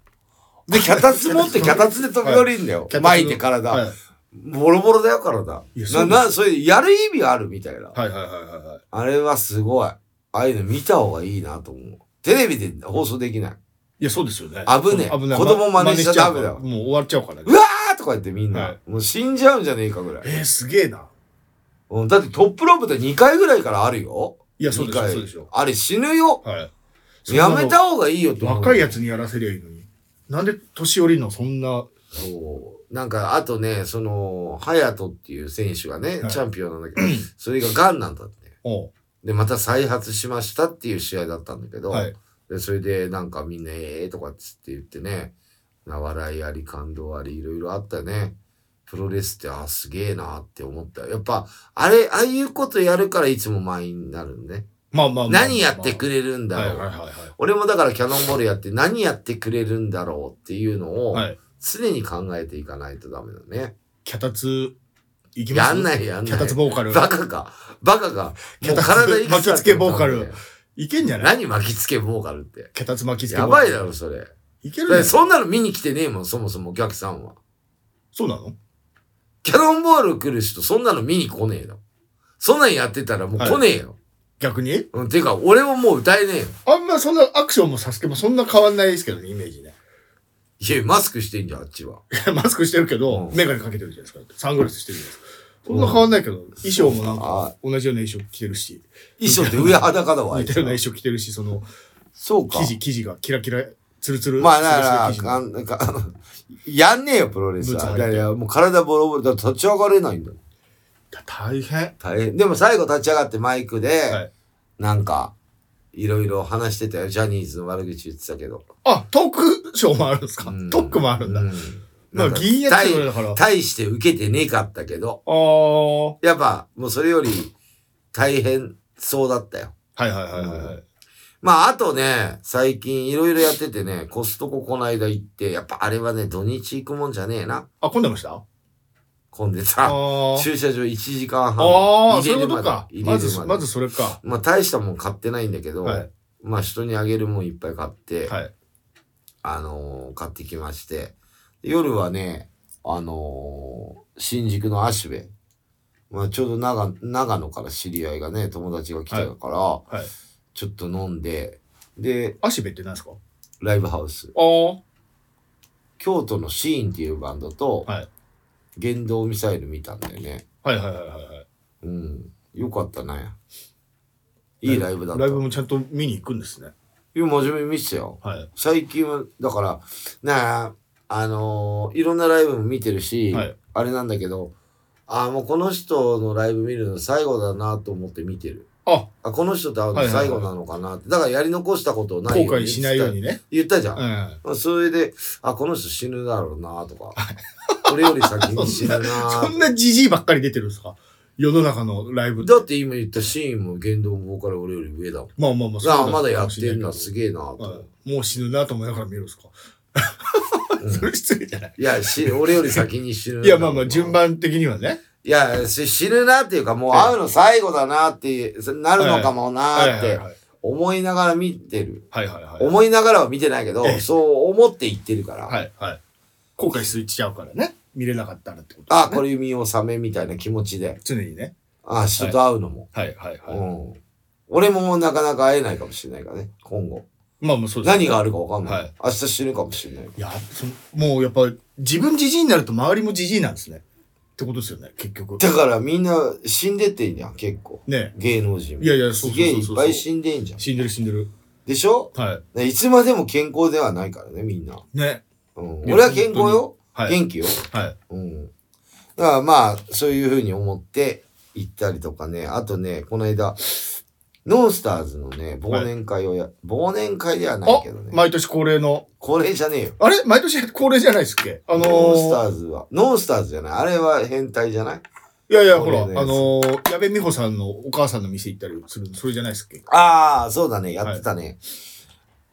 で、脚立持 って脚立で飛び降りるんだよ。脚立巻いて体、はい。ボロボロだよ、体。いやそうな、ですな、それ、やる意味あるみたいな。はいはいはいはいはい。あれはすごい。ああいうの見た方がいいなと思う。テレビで放送できない。いや、そうですよね。危ねえ危ない。子供真似しちゃダメだ真似しちゃうからもう終わっちゃうからねう。わーとか言ってみんな、はもう死んじゃうんじゃねえかぐらい。えー、すげえな。うん、だってトップロープって2回ぐらいからあるよ。いや、そうで二しょ、回そうでしょ。あれ死ぬよ。はい。やめた方がいいよと思う。若いやつにやらせりゃいいのに。なんで年寄りのそんな、そう。なんか、あとね、その、ハヤトっていう選手がね、はいチャンピオンなんだけど、それがガンなんだって。おうで、また再発しましたっていう試合だったんだけど、はい。でそれでなんかみんな、ええとかっつって言ってね、な笑いあり、感動あり、いろいろあったよね。プロレスって、あ、すげえなって思ったよ。やっぱ、あれ、ああいうことやるからいつも満員になるね。まあまあまあ何やってくれるんだはいろう。はいはいはい。俺もだからキャノンボールやって何やってくれるんだろうっていうのをはい常に考えていかないとダメだね。脚立、いきますやんないやんない脚。立ボーカ ル。バカか。バカか。もう体いくつあっても巻きつけボーカル。いけんじゃない 何巻きつけボーカルって。脚立巻きつけボやーカばル。いだろ、それ。いけだるかねらそんなの見に来てねえもん、そもそもお客さんは。そうなのキャノンボール来る人、そんなの見に来ねえの。そんなんやってたらもう来ねえよ。逆にうん、てか、俺ももう歌えねえよ。あんまそんなアクションもサスケもそんな変わんないですけどね、イメージね。いや、マスクしてんじゃん、あっちは。 マスクしてるけどう、んメガネかけてるじゃないですか。サングラスしてるじゃないですか。そんな変わんないけど、衣装もなんあか、同じような衣装着てるし、 衣装って上裸だわ、あ似いたつようなは衣装着てるし、その、そうか生。地、生地がキラキラ、ツルツル。まあ、ツルだかツル生ら、あんなんか、あ のやんねえよ、プロレスブーツ履は。いいやいてや、もう体ボロボロだ。立ち上がれないんだよ地だ大変。大変。でも最後立ち上がってマイクで、はいなんか、いろいろ話してたよ。ジャニーズの悪口言ってたけど。あ、トークショーもあるんですかうんトークもあるんだ。うまんあ、銀やつだから。あ大大して受けてねえかったけど、ー。やっぱ、もうそれより大変そうだったよ。はいはいはいはいはい。まあ、あとね、最近いろいろやっててね、コストコこの間行って、やっぱあれはね、土日行くもんじゃねえな。あ、混んでましたあ混んであた。ー。駐車場1時間半。ああ、入そういれうるこまとでか。入れるままでず、まずそれか。まあ、大したもん買ってないんだけど、はいまあ、人にあげるもんいっぱい買って、はい。あのー買ってきまして、で夜はね、あのー新宿のアシュベ、まあ、ちょうど長長野から知り合いがね、友達が来てたから、いはいちょっと飲んで、で、アシベって何ですかライブハウス、ああ。京都のシーンっていうバンドと、はい言動ミサイル見たんだよね。はいはいはいはいはい。うん。よかったね。いいライブだった。ライブもちゃんと見に行くんですね。いや、真面目に見てたよ。はい。最近は、だから、なあ、あのーいろんなライブも見てるし、はいあれなんだけど、ああ、もうこの人のライブ見るの最後だなと思って見てる。あ、あ、この人と会うはのいはいはい最後なのかなって。だからやり残したことをな後いように悔しないようにね。言ったじゃ。うんん。まあそれで、あ、この人死ぬだろうなとか、俺より先に死ぬな そんなじじいばっかり出てるんですか世の中のライブってだって今言ったシーンも言動もボーカル俺より上だもん。まあまあまあ、ああ、まだやってんだ、すげげえなと。もう死ぬなと思いながら見るんですかうん それ失礼じゃないいや、し、俺より先に死ぬんいだやろうまなあまあ、順番的にはね。いや、し死ぬなっていうか、もう会うの最後だなって、なるのかもはいなっはいてはい。思いながら見てる。はいはいはい。思いながらは見てないけどええ、そう思って言ってるから。はいはい。後悔しちゃうからね。見れなかったらってことあ、これ見納めみたいな気持ちで。常にね。あ、人と会うのも。はいはいはうん俺もなかなか会えないかもしれないからね、今後。い。まあまあそうですね何があるかわかんなはいい。明日死ぬかもしれない。いや、そもうやっぱ、自分じじいになると周りもじじいなんですね。ってことですよね、結局。だからみんな死んでってんじゃん、結構。ね芸能人も。いやいやそうそうそうそうすげえいっぱい死んでんじゃん。死んでる死んでる。でしょはでいつまでも健康ではないからね、みんな。い。ね。うんいや俺は健康よ。はい。元気よ。はい。うん。だからまあ、そういうふうに思って行ったりとかね。あとね、この間、ノンスターズのね、忘年会をや、忘年会ではないあけど、ね。毎年恒例の。これじゃねえよ。あれ毎年恒例じゃないですっけあのノンスター、ーズは。ノンスターズじゃない。あれは変態じゃないいやいや、ほら、あ俺のやつのー、矢部美穂さんのお母さんの店行ったりするの、それじゃないっすっけああ、そうだね。やってたね。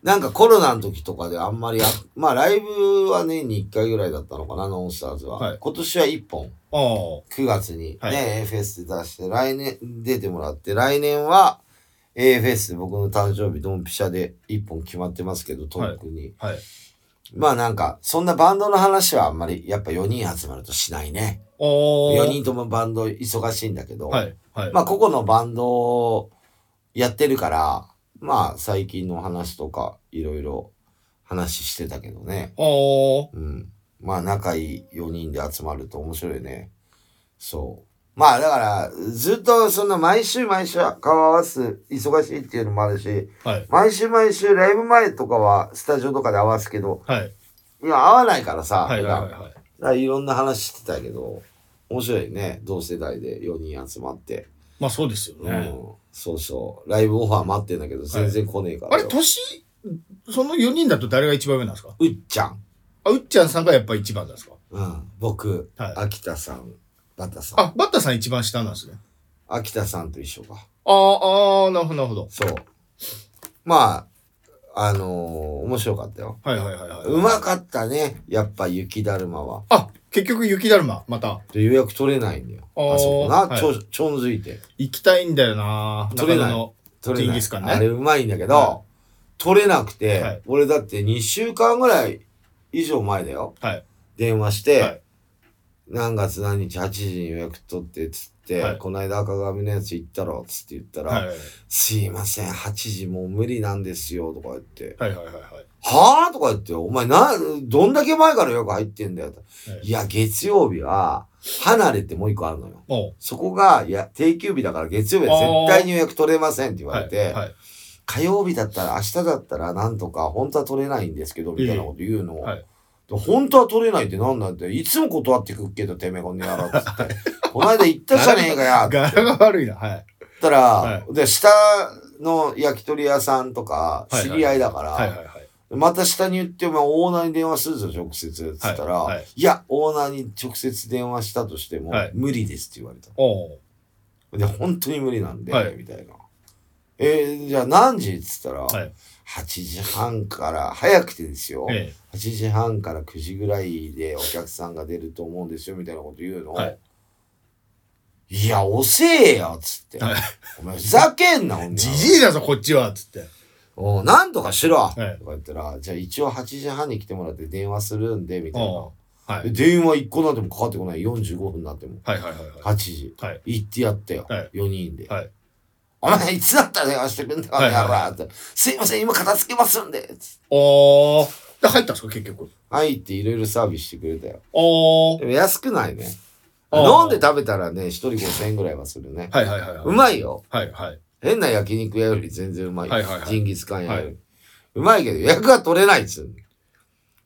なんかコロナの時とかであんまりあ、まあライブは年に1回ぐらいだったのかな、ノンスターズは。はい今年は1本。ああ。 9月にね、はい A フェスで出して、来年出てもらって、来年は A フェスで僕の誕生日ドンピシャで1本決まってますけど、東北に。はい。まあなんか、そんなバンドの話はあんまり、やっぱ4人集まるとしないね。ああ。 4人ともバンド忙しいんだけど、はい。はい。まあ個々のバンドをやってるから、まあ最近の話とかいろいろ話してたけどね。ああ。うん。まあ仲いい4人で集まると面白いね。そう。まあだから、ずっとそんな毎週毎週顔合わす忙しいっていうのもあるし、はい。毎週毎週ライブ前とかはスタジオとかで合わすけど、はい。いや合わないからさ、はい。はい。普段はい。はいだからいろんな話してたけど、面白いね。同世代で4人集まって。まあそうですようね。ん。そうそう。ライブオファー待ってんだけど、全然来ねえからあれ、よ。年、その4人だと誰が一番上なんですかうっちゃん。あ、うっちゃんさんがやっぱ一番なんですかうん。僕、はい秋田さん、バタさん。あ、バッタさん一番下なんですね。秋田さんと一緒か。ああ、ああ、なるほど、なるほど。そう。まあ、あのー面白かったよ。はいはいはいはい。うまかったね。やっぱ雪だるまは。あ、結局雪だるま、また。で予約取れないんだよ。あーあそこな、はいちょ、ちょんづいて。行きたいんだよな取れない中野の取れジンない。ギスカンねあれうまいんだけど、は取れなくて、はい俺だって2週間ぐらい以上前だよ。はい。電話して、はい何月何日8時に予約取ってっつって、はいこないだ赤髪のやつ行ったろっつって言ったら、はいすいません、8時もう無理なんですよとか言って、はいはいはいはい。はぁとか言って、お前な、どんだけ前から予約入ってんだよと。はいいや、月曜日は、離れてもう一個あるのよ。おうそこが、いや、定休日だから月曜日は絶対に予約取れませんって言わはれい。て、はい。火曜日だったら、明日だったら、なんとか、本当は取れないんですけど、みたいなこと言うのを。はいで本当は取れないってなんだって、いつも断ってくっけど、てめえこんなやろっつって。この間言ったじゃねえかやって言っ柄が悪いな。はい。たら、はで、下の焼き鳥屋さんとか、はいはい知り合いだから、はいはいはい。また下に言って、お前オーナーに電話するぞ、直接。つったら、はいいはいや、オーナーに直接電話したとしても、はい無理ですって言われた。おうで、本当に無理なんで、はいみたいな。えーじゃあ何時っつったら、はい。 8時半から、早くてですよ、え8時半から9時ぐらいでお客さんが出ると思うんですよ、みたいなこと言うのを、はいい、や、遅えよ、つって。はいお前、ふざけんな、おえ。前。じじいだぞ、こっちはつって。おうなんとかしろ、いとか言ったら、じゃあ一応8時半に来てもらって電話するんで、みたいなお。うはでい。電話1個なんてもかかってこない。45分になっても。はいはいはいは8時。い。はい。行ってやったよ。はい4人で。はいお前、いつだったら電話してくんだよ、はいはいはいやばって。すいません、今片付けますんで。つっておー。で、入ったんですか、結局。入っていろいろサービスしてくれたよ。おー。でも安くないね。あー飲んで食べたらね、一人5000円ぐらいはするね。はいはいはいはい。うまいよ。はいはい。変な焼肉屋より全然うまい。はいはいはいジンギスカン屋より。はうまいけど予約が取れないっつうの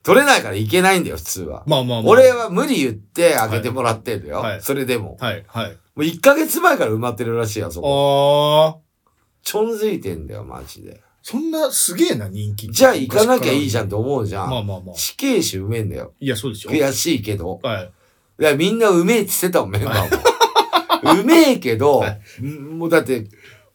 取れないから行けないんだよ、普通は。まあまあまあ。俺は無理言って開けてもらってんだよ。はいはいそれでも。はいはい。もう1ヶ月前から埋まってるらしいよ、あそこ。おー。ちょんづいてんだよ、マジで。そんなすげえな人気。じゃあ行かなきゃいいじゃんって思うじゃまあん。まあまあ。死刑囚うめえんだよ。いや、そうでしょ。悔しいけど。はい。いや、みんなうめえって言ってたもん、メンバーも。うめえけど、んもうだって、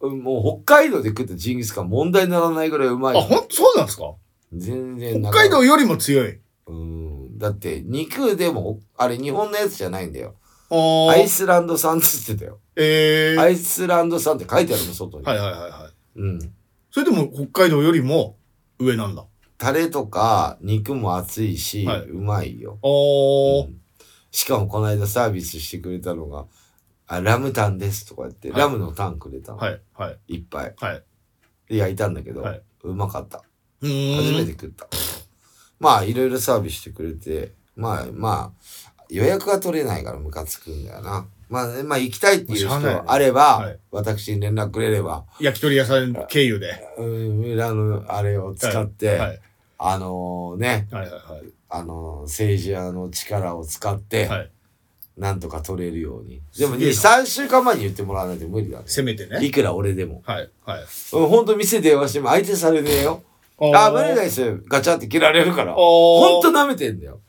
もう北海道で食ったジンギスカン問題にならないぐらいうまあ、いよ。ほんとそうなんですか全然な北か海道よりも強い。うん。だって、肉でも、あれ日本のやつじゃないんだよ。おアイー。スランド産って言ってたよ。えー。アはいイスランド産って書いてあるもん、外に。はいはいはい。うん。それでも北海道よりも上なんだ。タレとか肉も熱いし、はいうまいよ。おー。うんしかもこの間サービスしてくれたのが、あラムタンですとか言って、はいラムのタンくれたの。はいはいいっぱい。はい。で焼いたんだけど、はいうまかった。うーん。初めて食った。まあ、いろいろサービスしてくれて、まあまあ、予約が取れないからムカつくんだよな。まあね、まあ行きたいっていうまあしゃあないね人あれば、はい私に連絡くれれば、焼き鳥屋さん経由で。うん村のあれを使って、はいはいあのね、はいはあのー政治家の力を使って、い。はい。なんとか取れるように。でも、すげえな3週間前に言ってもらわないと無理だね。せめてね。いくら俺でも。はいはい。うんほんと店電話しても相手されねえよ。おーあ、無理です。ガチャって切られるから。おーほんと舐めてんだよ。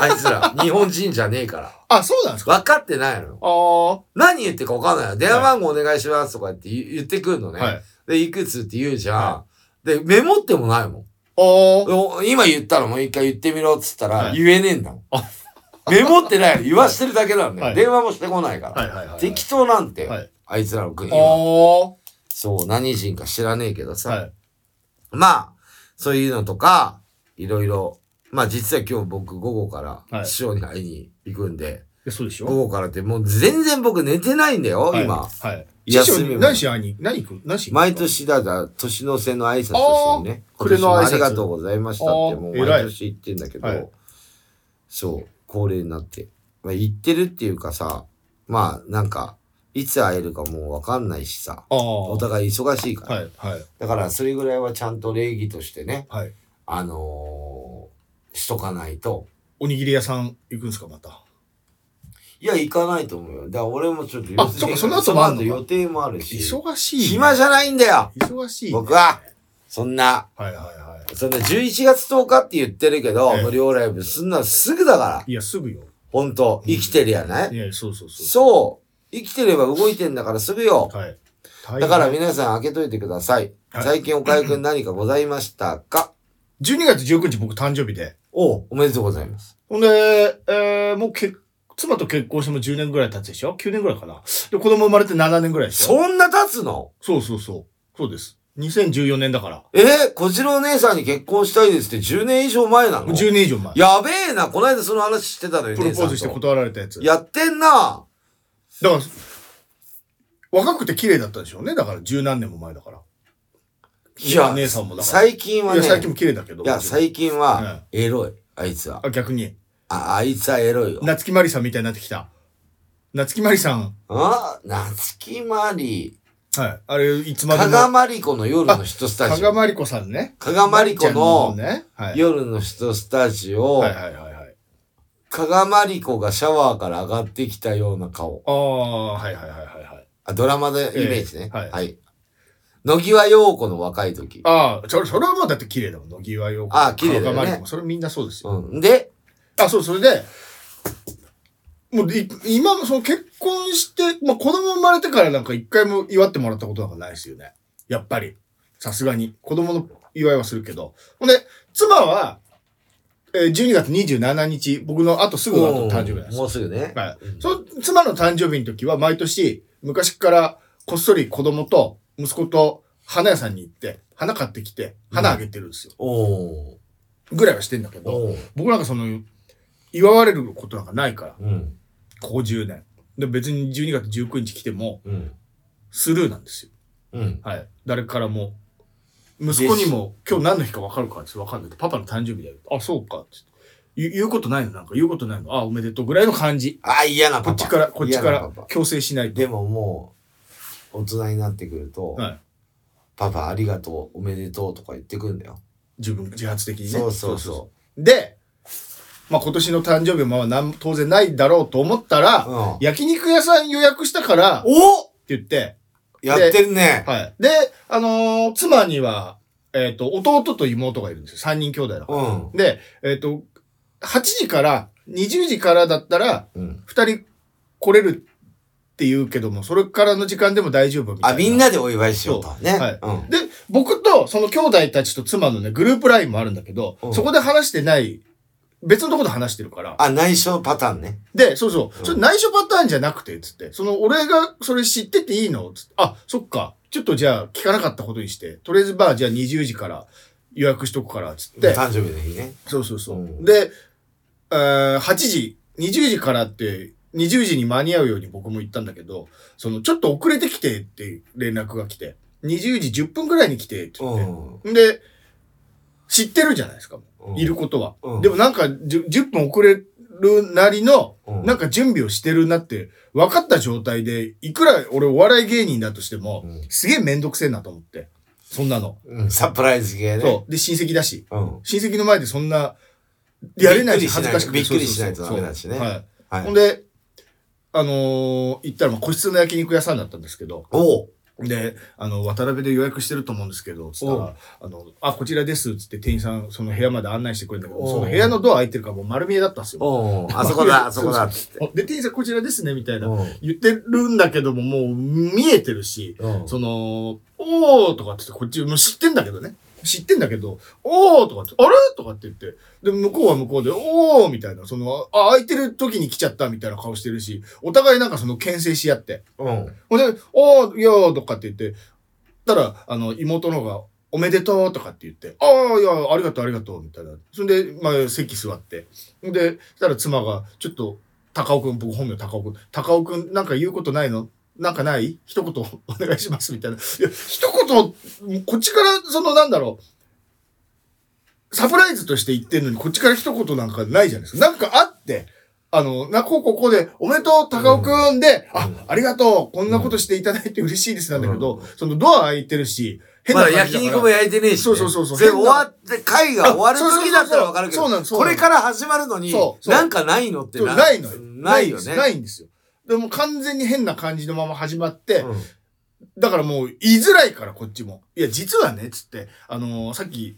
あいつら、日本人じゃねえから。あ、そうなんです か分かってないのよ。ああ。は何言ってるか分かんないの。電話番号お願いしますとかって言言ってくるのね。い。で、いくつって言うじゃん。はで、メモってもないもん。あお今言ったらもう一回言ってみろっつったら、はい言えねえんだもん。メモってないの言わしてるだけなんだよ。はい電話もしてこないから。あ。はいはいはい。適当なんて、はいあいつらの国あは。あ。はそう、何人か知らねえけどさ。い。まあ、そういうのとか、いろいろ。まあ実は今日僕午後かはらい師匠に会いに行くんで、えそうでし午後からってもう全然僕寝てないんだよ、はい、今。はい。休師匠みもに何しあに、何行く何しに行く毎。年だから年の瀬の挨拶ですね。あー今年も暮れの挨拶ありがとうございましたってもうあー偉い毎年言ってんだけど、はいそう、恒例になって。まあ、言ってるっていうかさ、まあなんか、いつ会えるかもうわかんないしさ、あおあ。互い忙しいから。はい、はい、だからそれぐらいはちゃんと礼儀としてね、はい。あのーしとかないと。おにぎり屋さん行くんですか、また。いや、行かないと思うよ。だから俺もちょっと予あそっかその後もあんのか予定もあるし。忙しい、暇じゃないんだよ忙しい、僕は。そんな。はい、はい、はそんな11月10日って言ってるけど、ええ無料ライブすんなのすぐだから。い。いや、すぐよ。ほんと、生きてるやないいや、そうそうそう。そう。生きてれば動いてんだからすぐよ。はい。だから12皆さん開けといてください。はい最近岡井くん何かございましたか月19日僕誕生日で。おうおめでとうございます。ほんで、えー、もうけ、妻と結婚しても10年ぐらい経つでしょ ?9 年ぐらいかな。で、子供生まれて7年ぐらいでしょそんな経つのそうそうそう。そうです。2014年だから。えー、小次郎姉さんに結婚したいですって10年以上前なもうの10年以上前。やべえな、この間その話してたのよ、プロ姉さポーんズしてと。断られたやつ。やってんな。だから、若くて綺麗だったでしょうね。だから十何年も前だから。いや姉さんもだから。最近はね、いや、最近も綺麗だけど。いや、最近はえ、エロい、あいつは。あ逆に。あ、あいつはエロいよ。夏木マリさんみたいになってきた。夏木マリさん。あ夏木マリ。はい。あれ、いつまで加も。賀まりこの夜のヒットスタ加ジ賀オ。まりこさんね。加賀まりこのね。はい。夜のヒットスタジオは。いはいはいはい。加賀まりこがシャワーから上がってきたような顔。ああ、はいはいはいはいはい。あドラマのイメージね。ええはいはい。野際陽子の若い時。ああ、それ、それはもうだって綺麗だもん。野際陽子。ああ綺麗だよね加賀まりこ。それみんなそうですよ。うん。で、あ、そう、それで、もうい、今もその結婚して、まあ、子供生まれてからなんか一回も祝ってもらったことなんかないですよね。やっぱり。さすがに。子供の祝いはするけど。ほんで、妻は、えー12月27日、僕の後すぐの後の誕生日なんですもよ。うすぐね。はいうんその妻の誕生日の時は毎年、昔からこっそり子供と息子と花屋さんに行って、花買ってきて、花あげてるんですよ。おーぐらいはしてんだけど、おー僕なんかその、祝われることなんかないから。うん。ここ10年。で、別に12月19日来ても、うん。スルーなんですよ。うん。はい。誰からも。息子にも、今日何の日か分かるかって分かんないってパパの誕生日だよ。あ、そうか。って言う言うことないのなんか言うことないのあ、おめでとうぐらいの感じ。あ、嫌なこパパ。っちから、こっちか嫌ならパパ強制しないと。でももう、大人になってくると、はいパパありがとう、おめでとうとか言ってくんだよ。自分、自発的にね。そうそうそうう。で、まあ今年の誕生日もまあなん当然ないだろうと思ったら、うん焼肉屋さん予約したから、ってお言って、やってるね。はい。で、あのー妻には、えっ、と、弟と妹がいるんですよ。三人兄弟だかうん。ら。で、えっ、と、8時から20時からだったら、うん。 2人来れるって言うけども、それからの時間でも大丈夫みたいあ、な。みんなでお祝いしようと。ね。はいうん。で、僕とその兄弟たちと妻のね、グループラインもあるんだけど、うんそこで話してない、別のとこで話してるから。あ、内緒パターンね。で、そうそうう、んそれ内緒パターンじゃなくて、つって、その俺がそれ知ってていいのつって、あ、そっか、ちょっとじゃあ聞かなかったことにして、とりあえずまあじゃあ20時から予約しとくから、つって、誕生日の日ね。そうそうそう。うんで、えー8時、20時からって、20時に間に合うように僕も言ったんだけど、そのちょっと遅れてきてって連絡が来て、20時10分くらいに来てって言うって、ん。で、知ってるじゃないですか、うんいる。ことは。うんでもなんかじゅ 10, 分遅れるなりの、うんなんか準備をしてるなって分かった状態で、いくら俺お笑い芸人だとしても、うんすげえめんどくせえなと思って。そんなの。うん。サプライズ系ね。そう。で、親戚だし。う。うん。親戚の前でそんな、やれないびしっくりしない恥ずかしくてびっくりしないとダメだしねそうそうそうははい。ほんい。で、あのー行ったらまあ個室の焼肉屋さんだったんですけど、おうで、あの、渡辺で予約してると思うんですけど、つったおら、あの、あ、こちらです、つって店員さん、その部屋まで案内してくれたけど、おその部屋のドア開いてるからもう丸見えだったんですよ。おうあそこだ、あそこだ、つって。で、店員さんこちらですね、みたいな。おう言ってるんだけども、もう見えてるし、おうその、おーとかって言って、こっち、もう知ってんだけどね。知ってんだけど、おーとかって、あれとかって言って、で、向こうは向こうで、おーみたいな、その、あ、空いてる時に来ちゃったみたいな顔してるし、お互いなんかその、牽制し合って。うん。ほんで、おー、よーとかって言って、たら、あの、妹の方が、おめでとうとかって言って、ああ、いや、ありがとう、ありがとう、みたいな。それで、まあ、席座って。で、したら妻が、ちょっと、高尾くん、僕本名高尾くん、高尾くん、なんか言うことないのなんかない一言お願いします、みたいな。いや、一言、こっちから、その、なんだろう、サプライズとして言ってんのに、こっちから一言なんかないじゃないですか。なんかあって、あの、な、こうこうこうで、おめでとう、高尾くんで、うんあ、ありがとう、こんなことしていただいて嬉しいです、なんだけど、そのドア開いてるし、変まなだ感じだから焼肉も焼いてねえしね。そうそうそうそうで、終わって、会が終わるあそうそうそう時だったらわかるけそうなど、のそうこなのれから始まるのにそ、うそうなんかないのってそうないのよ。ないよんですね。ないんですよ。でも完全に変な感じのまま始まって、うんだからもう言いづらいからこっちも。いや、実はね、つって、あのーさっき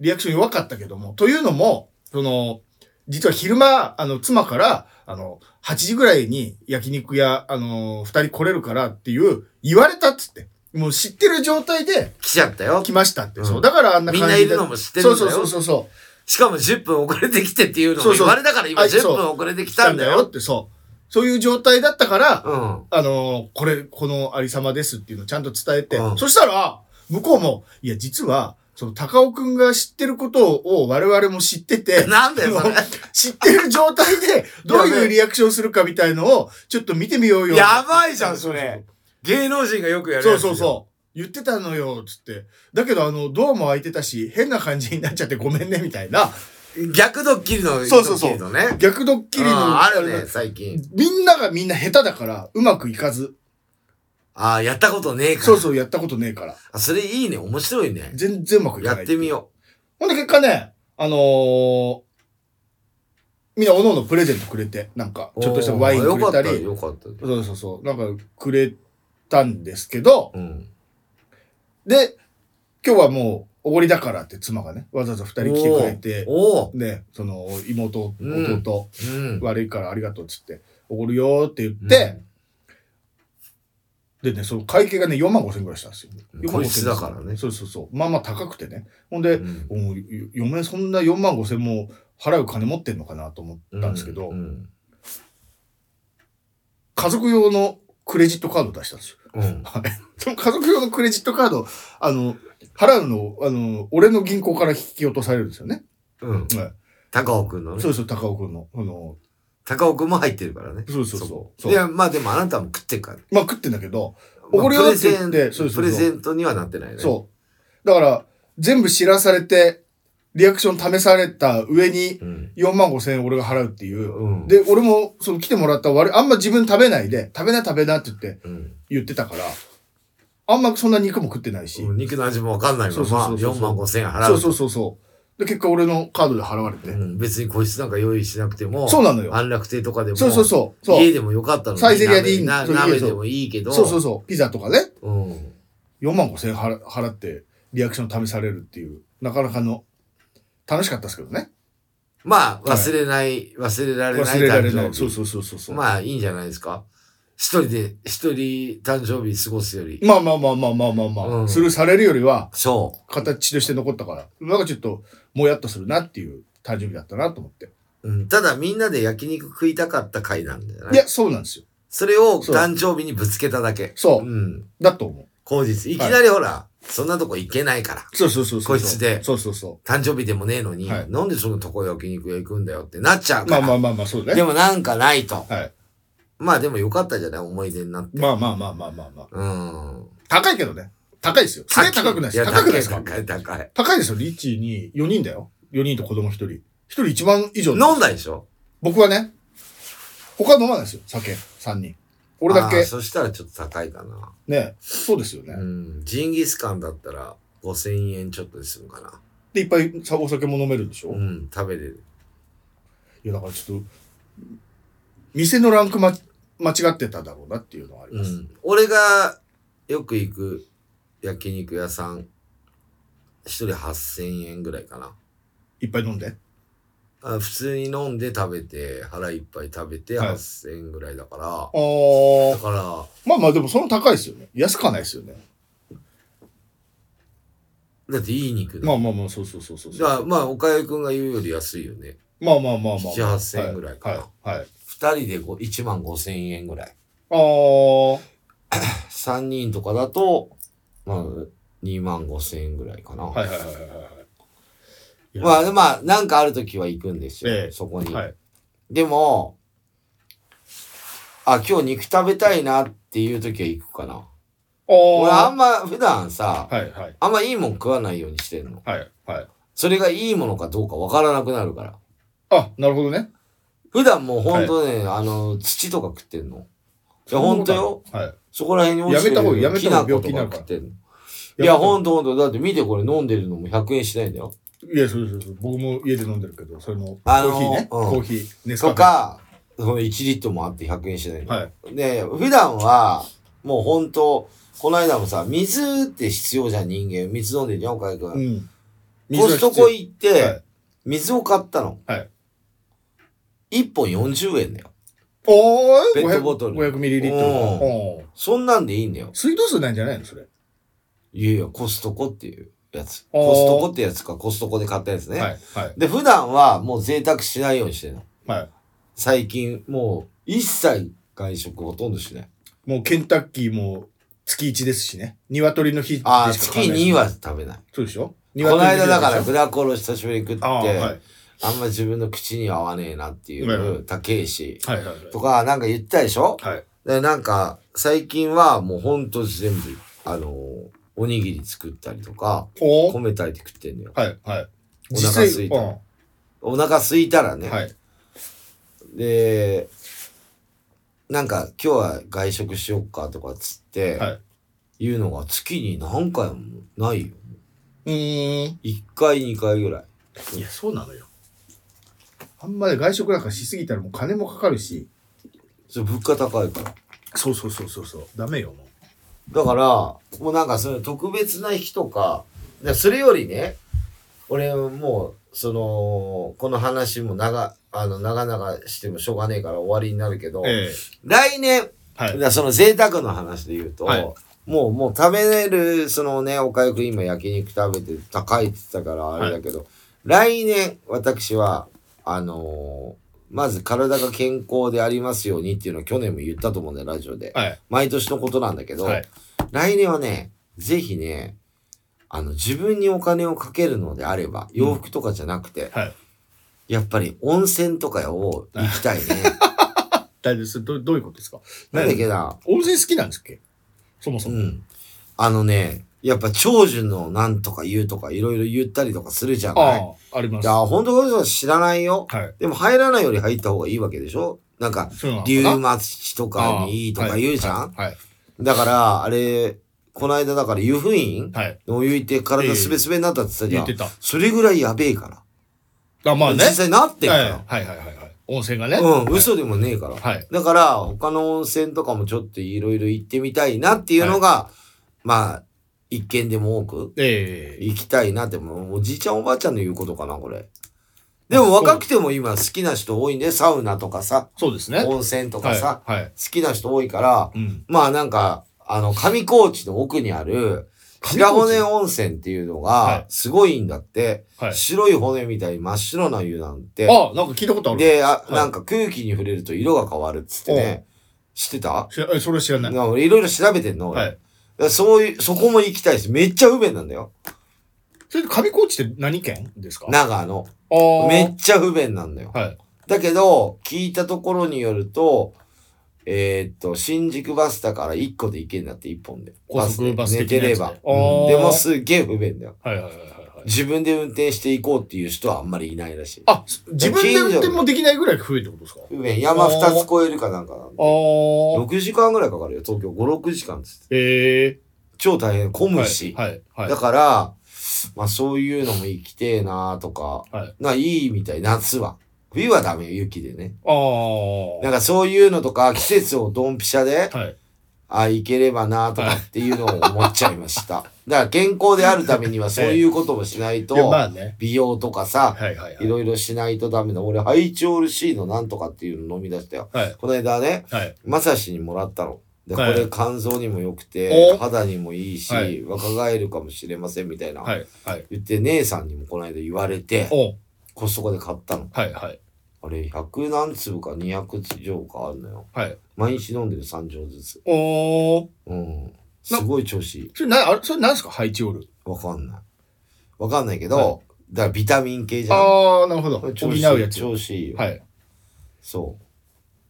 リアクション弱かったけども、というのも、その、実は昼間、あの、妻から、あの、8時ぐらいに焼肉屋、あのー、二人来れるからっていう、言われたっつって。もう知ってる状態で来ちゃったよ来。ましたって。うんそう。だからあんなみん感じなで。いるのも知ってるんだそうそうよ。そうそう。しかも10分遅れてきてっていうのそもうそ言うわれたから今あそ10う分遅れてきたんだよ。って、そう。そういう状態だったから、うん。あのーこれ、このありさまですっていうのをちゃんと伝えて、うんそしたら、向こうも、いや、実は、その、高尾くんが知ってることを我々も知ってて、なんだよ、それ。知ってる状態 で、どういうリアクションするかみたいのを、ちょっと見てみようよ。やばいじゃんそれ。芸能人がよくやるやつじそゃ。うんそうそう。言ってたのよ、つって。だけど、あの、ドアも開いてたし、変な感じになっちゃってごめんね、みたいな。逆ドッキリの、そうそうそうドッキリのね。逆ドッキリの、うんあるれだね、最近。みんながみんな下手だから、うまくいかず。ああ、やったことねえから。そうそう、やったことねえから。あ、それいいね。面白いね。全然うまくいかやない。ってみよほんで結果ね、あのーみんなおのおのプレゼントくれて、なんか、う。ちょっとしたワインおーくれたり、よかったよ、よかっそうそうそう、なんかくれたんですけど、た。うん。で、今日はもうおごりだからって妻がね、わざわざ二人来てくれて、おお。で、その妹、うん弟、うん。悪いからありがとうっつって、おごるよーって言って、でね、その会計がね、4万5千円ぐらいしたんですよ。うん、個室だからね。そうそうそう。まあまあ高くてね。ほんでう、んおい嫁そんな4万5千も払う金持ってんのかなと思ったんですけど、うん。家族用のクレジットカード出したんですよ。 うん。その家族用のクレジットカード、あの、払うのを、あの、俺の銀行から引き落とされるんですよね。うん。は高尾くんのい、ねそ。うそう、高尾君の。あの、高尾くんも入ってるからね。そうそうそう。そういや、まあでもあなたも食ってるから。まあ食ってんだけど、まあおごるよプっレてゼ言ンってそうそうそうプレゼントにはなってないね。そう。だから、全部知らされて、リアクション試された上に、う。うん。 4万5千円俺が払うっていう。うん。で、俺も、その来てもらった割、あんま自分食べないで、食べな食べなって言って、うん、言ってたから、あんまそんな肉も食ってないし、肉の味もわかんないかそうら、そうまそあうそう4万5千円払う。そうそうそうそう。で、結果俺のカードで払われて。うん別に個室なんか用意しなくても、そうなのよ。安楽亭とかでも、そうそうそう。そう家でもよかったのにサイゼリヤでいいなそう鍋家ででもいいけど、そうそうそう。ピザとかね、うん。 4万5千円払払って、リアクション試されるっていう、なかなかの、楽しかったですけどね。まあ、忘れない、忘れられない忘れられない。誕そう生そうそうそうそ日。う。まあ、いいんじゃないですか。一人で、一人誕生日過ごすより。まあまあまあまあまあまあまあ、うんスルーされるよりは、そ形として残ったから、なんかちょっと、もやっとするなっていう誕生日だったなと思って。う。うん、ただ、みんなで焼肉食いたかった回なんだよいね。や、そうなんですよ。それをそう誕生日にぶつけただけ。そうう。ん。だと思後日。いきなりほら、そんなとこ行けないから。う。そうそうそうそ個う。室でそうそうそう。誕生日でもねえのに、はいなんでそのとこ焼肉屋行くんだよってなっちゃうかまあら。まあまあまあ、そうだねで。もなんかないと。はい。まあでもよかったじゃない思い出になって。まあまあまあまあまあまあ。うん。高いけどね。高いですよ。すげえ高くないです。や高くないですか高い高い。高いですよ。リッチに4人だよ。4人と子供1人。1人1万以上。飲んだでしょ僕はね、他飲まないですよ。酒。3人。俺だあけー。そしたらちょっと高いかな。ね。そうですよね。うん。ジンギスカンだったら5000円ちょっとで済むかな。で、いっぱいさお酒も飲めるんでしょ、ういん。食べれる。や、だからちょっと、店のランクま、間違ってただろうなっていうのはありうます。ん。俺がよく行く焼肉屋さん、一人8000円ぐらいかな。いっぱい飲んで。あ普通に飲んで食べて、腹いっぱい食べてはい8000円ぐらいだから、あだー。かまあまあ、でもその高いですよね。安くはないですよね。ら、だっていい肉だ。まあまあまあ、そうそうそうそうじゃあ、まあ、岡井くんが言うより安いよね。まあまあまあまあ。 7 8000円ぐらいかなはい。はい。はい、二人でこう1万5000円ぐらい。あー。三人とかだと、まあ、2万5000円ぐらいかな。はいはいはいはいはいいや。まあ、でまあ、なんかある時は行くんですよ。ええそこに。はい。でも、あ、今日肉食べたいなっていう時は行くかな。あー。俺あんま普段さ、はいはい。あんまいいもん食わないようにしてんの。はいはい。それがいいものかどうかわからなくなるから。あ、なるほどね。普段もうほんとね、あの、土とか食ってんの。いや、ほんとよ。。はい。そこら辺に落ちてるやめた方がやめた方がきな粉病気とになるかから食ってんの。いや、ほほんとほんと。だって見てこれ飲んでるのも100円しないんだよ。いや、そうそうそう。僕も家で飲んでるけど、それも、あのーコーヒーね。うんコーヒー、ネスカフとェ。か、その1リットルもあって100円しないんだよ。はい。で、普段は、もうほんと、この間もさ、水って必要じゃん、人間。水飲んでるじゃん、岡井く。うんん。コストコ行行っって、水を買ったの。はい1本40円だよ。おーいペットボトル500ミリリットル。おーそんなんでいいんだよ。水道水なんじゃないのそれ。いやいや、コストコっていうやつ。あーコストコってやつか、コストコで買ったやつね。はい。はい。で、普段はもう贅沢しないようにしてるの。は最近、もう一切外食ほとんどしない。い。もうケンタッキーも月1ですしね。鶏の日でしあかあ、月2は。は食べない。そうでしょこの間だから鶏の日でしょグラコロ久しぶりに食って、ああ、あ,、はい。はいんま自分の口には合わねえなっていはいはう、高えし、はいはとかなんか言ったでしょい。はい。で、なんか、最近はもうほんと全部、あのーおにぎり作ったりとか、おー米炊いて食ってんのよ。はい。はい。お腹空いたうんはお腹空いたらね。い。で、なんか今日は外食しよっかとかっつって、はい言うのが月に何回もないよ。うーん。 1回、2回ぐらい。いや、そうなのよ。あんまり外食なんかしすぎたらもう金もかかるし。それ物価高いから。そうそうそうそうそう。ダメよ、もだから、もうなんかその特別な日とか、でそれよりね、俺もう、その、この話も長、あの、長々してもしょうがねえから終わりになるけど、う。ええ来年、はい。その贅沢の話で言うと、はいもう、もう食べれる、そのね、おかゆくん今焼肉食べて高いって言ったからあれだけど、来年、私は、あのーまず体が健康でありますようにっていうのを去年も言ったと思うんだよ、ラジオで。はい。毎年のことなんだけど、はい。来年はね、ぜひね、あの、自分にお金をかけるのであれば、洋服とかじゃなくて、はいやっぱり温泉とかを行きた いね。大丈夫です。どどういうことですかなんだっけな。温泉好きなんですっけそもそうも。ん。あのね、やっぱ長寿のなんとか言うとかいろいろ言ったりとかするじゃない。ああ、ありまいす。や、は本当こそ知らないよ。い。でも入らないより入った方がいいわけでしょなんか、そうなの竜かな町とかにいいとか言うじゃん、はい。はいだから、あれ、この間だから湯布院はい。はいのお湯行って体すべすべになったって言ったじゃ言んっ。てた。それぐらいやべえから。あ、まあね。実際なってるかはい。ら。はいはいはいはい。温泉がね。うん、はい嘘でもねえから。はい。だから、他の温泉とかもちょっといろいろ行ってみたいなっていうのが、まあ、一見でも多くええ。行きたいなって、もうおじいちゃんおばあちゃんの言うことかな、これ。でも若くても今好きな人多いんで、サウナとかさ、そうですね。温泉とかさ、はい。はい。好きな人多いから、うん。まあなんか、あの、上高地の奥にある、上白高地骨温泉っていうのはがい、すごいんだって、はい。白い骨みたいに真っ白な湯なんて、あ、なんか聞いたことある。で、あいなんか空気に触れると色が変わるっつってね、知ってたしえそれは知らない。な俺いろいろ調べてんの、俺はだい。からそういう、そこも行きたいし、めっちゃ不便なんだよ。それで上高地って何県ですか長野。あーめっちゃ不便なんだよ。はい。だけど、聞いたところによると、えーっと、新宿バスだから1個で行けんだって、1本で。高速バスで寝的てなれやつば。あーでもすっげえ不便だよ。はいはいはいはいはい。自分で運転して行こうっていう人はあんまりいないらしい。あ、す自分で運転もできないぐらい増えってことですか不便。山2つ越えるかなんかなんで。ああ。 6時間ぐらいかかるよ。東京5、6時間っつって。え超大変。混え。はむいし。はいはい。だから、まあそういうのも行きてえなーとか、はいないいみたい、夏は。冬はダメよ、雪でね。ああ。なんかそういうのとか、季節をドンピシャで、はい。あ、いければなとかっていうのを思っちゃいま した。だから健康であるためにはそういうこともしないとい、やまあね美容とかさ、はいはいはいいろいろしないとダメだ。俺、ハイチオール C のなんとかっていうの飲み出したよ。はいこの間ね、はいまさしにもらったの。で、こはいれ肝臓にも良くて、お肌にもいいし、はい若返るかもしれませんみたいな。はいはい言って、姉さんにもこの間言われて、おコストコで買ったの。はいはいあれ、100何粒か200錠かあるのよ。はい毎日飲んでる3錠ずつ。おーうん。すごい調子いい。それなあれそれなんですかハイチオールわかんない。わかんないけど、はだからビタミン系じゃん。ああなるほど補調う子いいやつは調子いいよ。いそ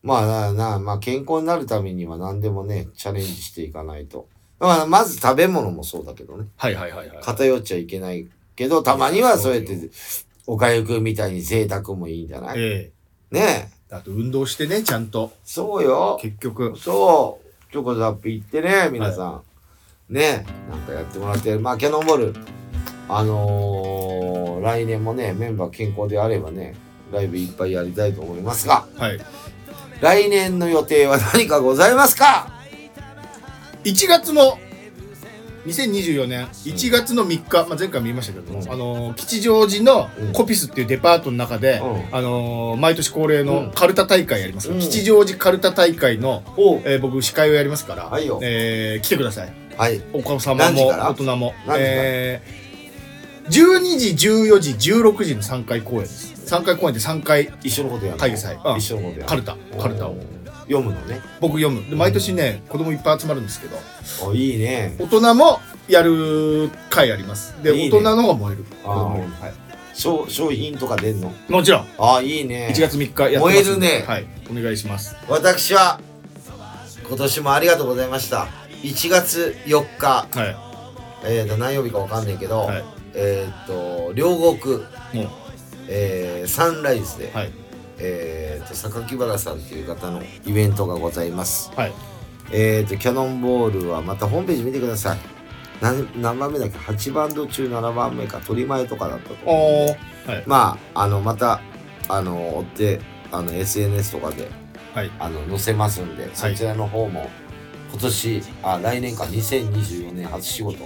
う。まあなな、まあ健康になるためには何でもね、チャレンジしていかないと。まあ、まず食べ物もそうだけどね。はいはいはいはい偏っちゃいけないけど、たまにはそうやって、おかゆくんみたいに贅沢もいいんじゃないええねえ。あと運動してねちゃんとそうよ。結局そう。チョコザップ行ってね、皆さん。ねえ、なんかやってもらって、まあ、キャノンボール、あのー来年もね、メンバー健康であればね、ライブいっぱいやりたいと思いますが、はい来年の予定は何かございますか1月の2024年1月の3日、まあ、前回も言いましたけど、うんあのー吉祥寺のうんコピスっていうデパートの中で、うんあのー毎年恒例うんのカルタ大会やります、うん吉祥寺カルタ大会の、おえー僕司会をやりますから、はいよえー来てくださいはい。お子様何時もから大人も何時からえー12時14時16時の3回公演です3回公演で3回一緒のことやるの会議祭うん一緒のことやるカルタカルタを読むのね。僕読むで毎年ね子供いっぱい集まるんですけどお、いいね。大人もやる回ありますでいいね大人の方が燃えるあーは商商品とか出んのい、もちろん1あ、いいね。月3日やってますんで燃えるねはいお願いします私は今年もありがとうございました1月4日、はいえー、と何曜日かわかんないけど、はいえっ、と両国、もうえーサンライズで、はいえっ、と榊原さんという方のイベントがございますはいえっ、とキャノンボールはまたホームページ見てください何何番目だっけ8バンド中7番目か取り前とかだったとお思うんおでまああのまたあの追ってあの SNS とかではいあの載せますんで、そちらの方も今年あ来年か2024年初仕事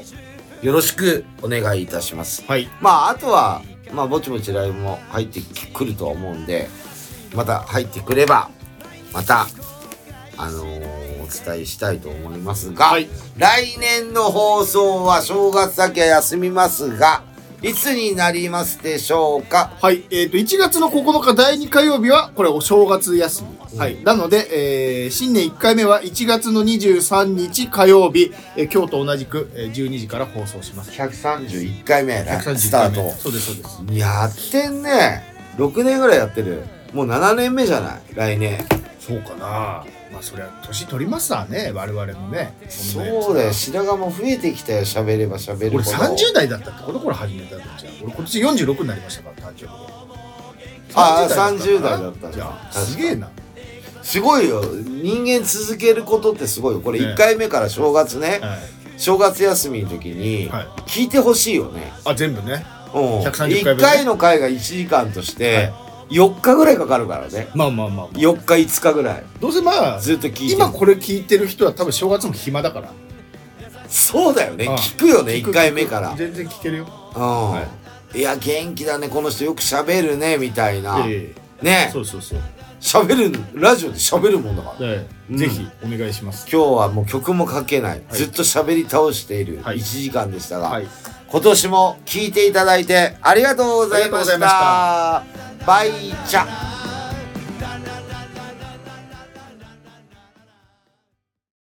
よろしくお願いいたしますはいまああとはまあぼちぼちライブも入ってくるとは思うんでまた入ってくればまたあのーお伝えしたいと思いますが、はい来年の放送は正月だけは休みますがいつになりますでしょうかはい、えっ、と、1月の9日第2火曜日は、これお正月休み。はい。なので、えー新年1回目は1月の23日火曜日、えー今日と同じく、えー12時から放送します。 131回目131回目スタートそうです、そうです。やってんね6年ぐらいやってるもう7年目じゃない来年そうかなまあ、そりゃ、年取りますわね、我々もね。こんなやつそうだよ白髪も増えてきたよ喋れば喋る俺ほど30代だったってこの頃始めたんじゃん。俺今年46になりましたから、誕生日で。あー30代だったんだじゃ確あ、かすげえな。すごいよ人間続けることってすごいよこれね1回目から正月ねは正月休みの時い。にはい、聞いてほしいよねあ、全部ね。うん130回分ね1回の回が1時間としては4日ぐらいかかるからねまあまあまあ、まあ。 4日5日ぐらいどうせまあ、ずっと聞いて今これ聞いてる人は多分正月も暇だからそうだよねうん聞くよね1回目から全然聞けるようん、、はいや元気だねこの人よく喋るねみたいな、ええねそうそうそう喋るラジオで喋るもんだから今ええうんぜひお願いします日はもう曲もかけない、はいずっと喋り倒しているはい1時間でしたが、はい今年も聴いていただいてありがとうございましたありがとうございバイチャ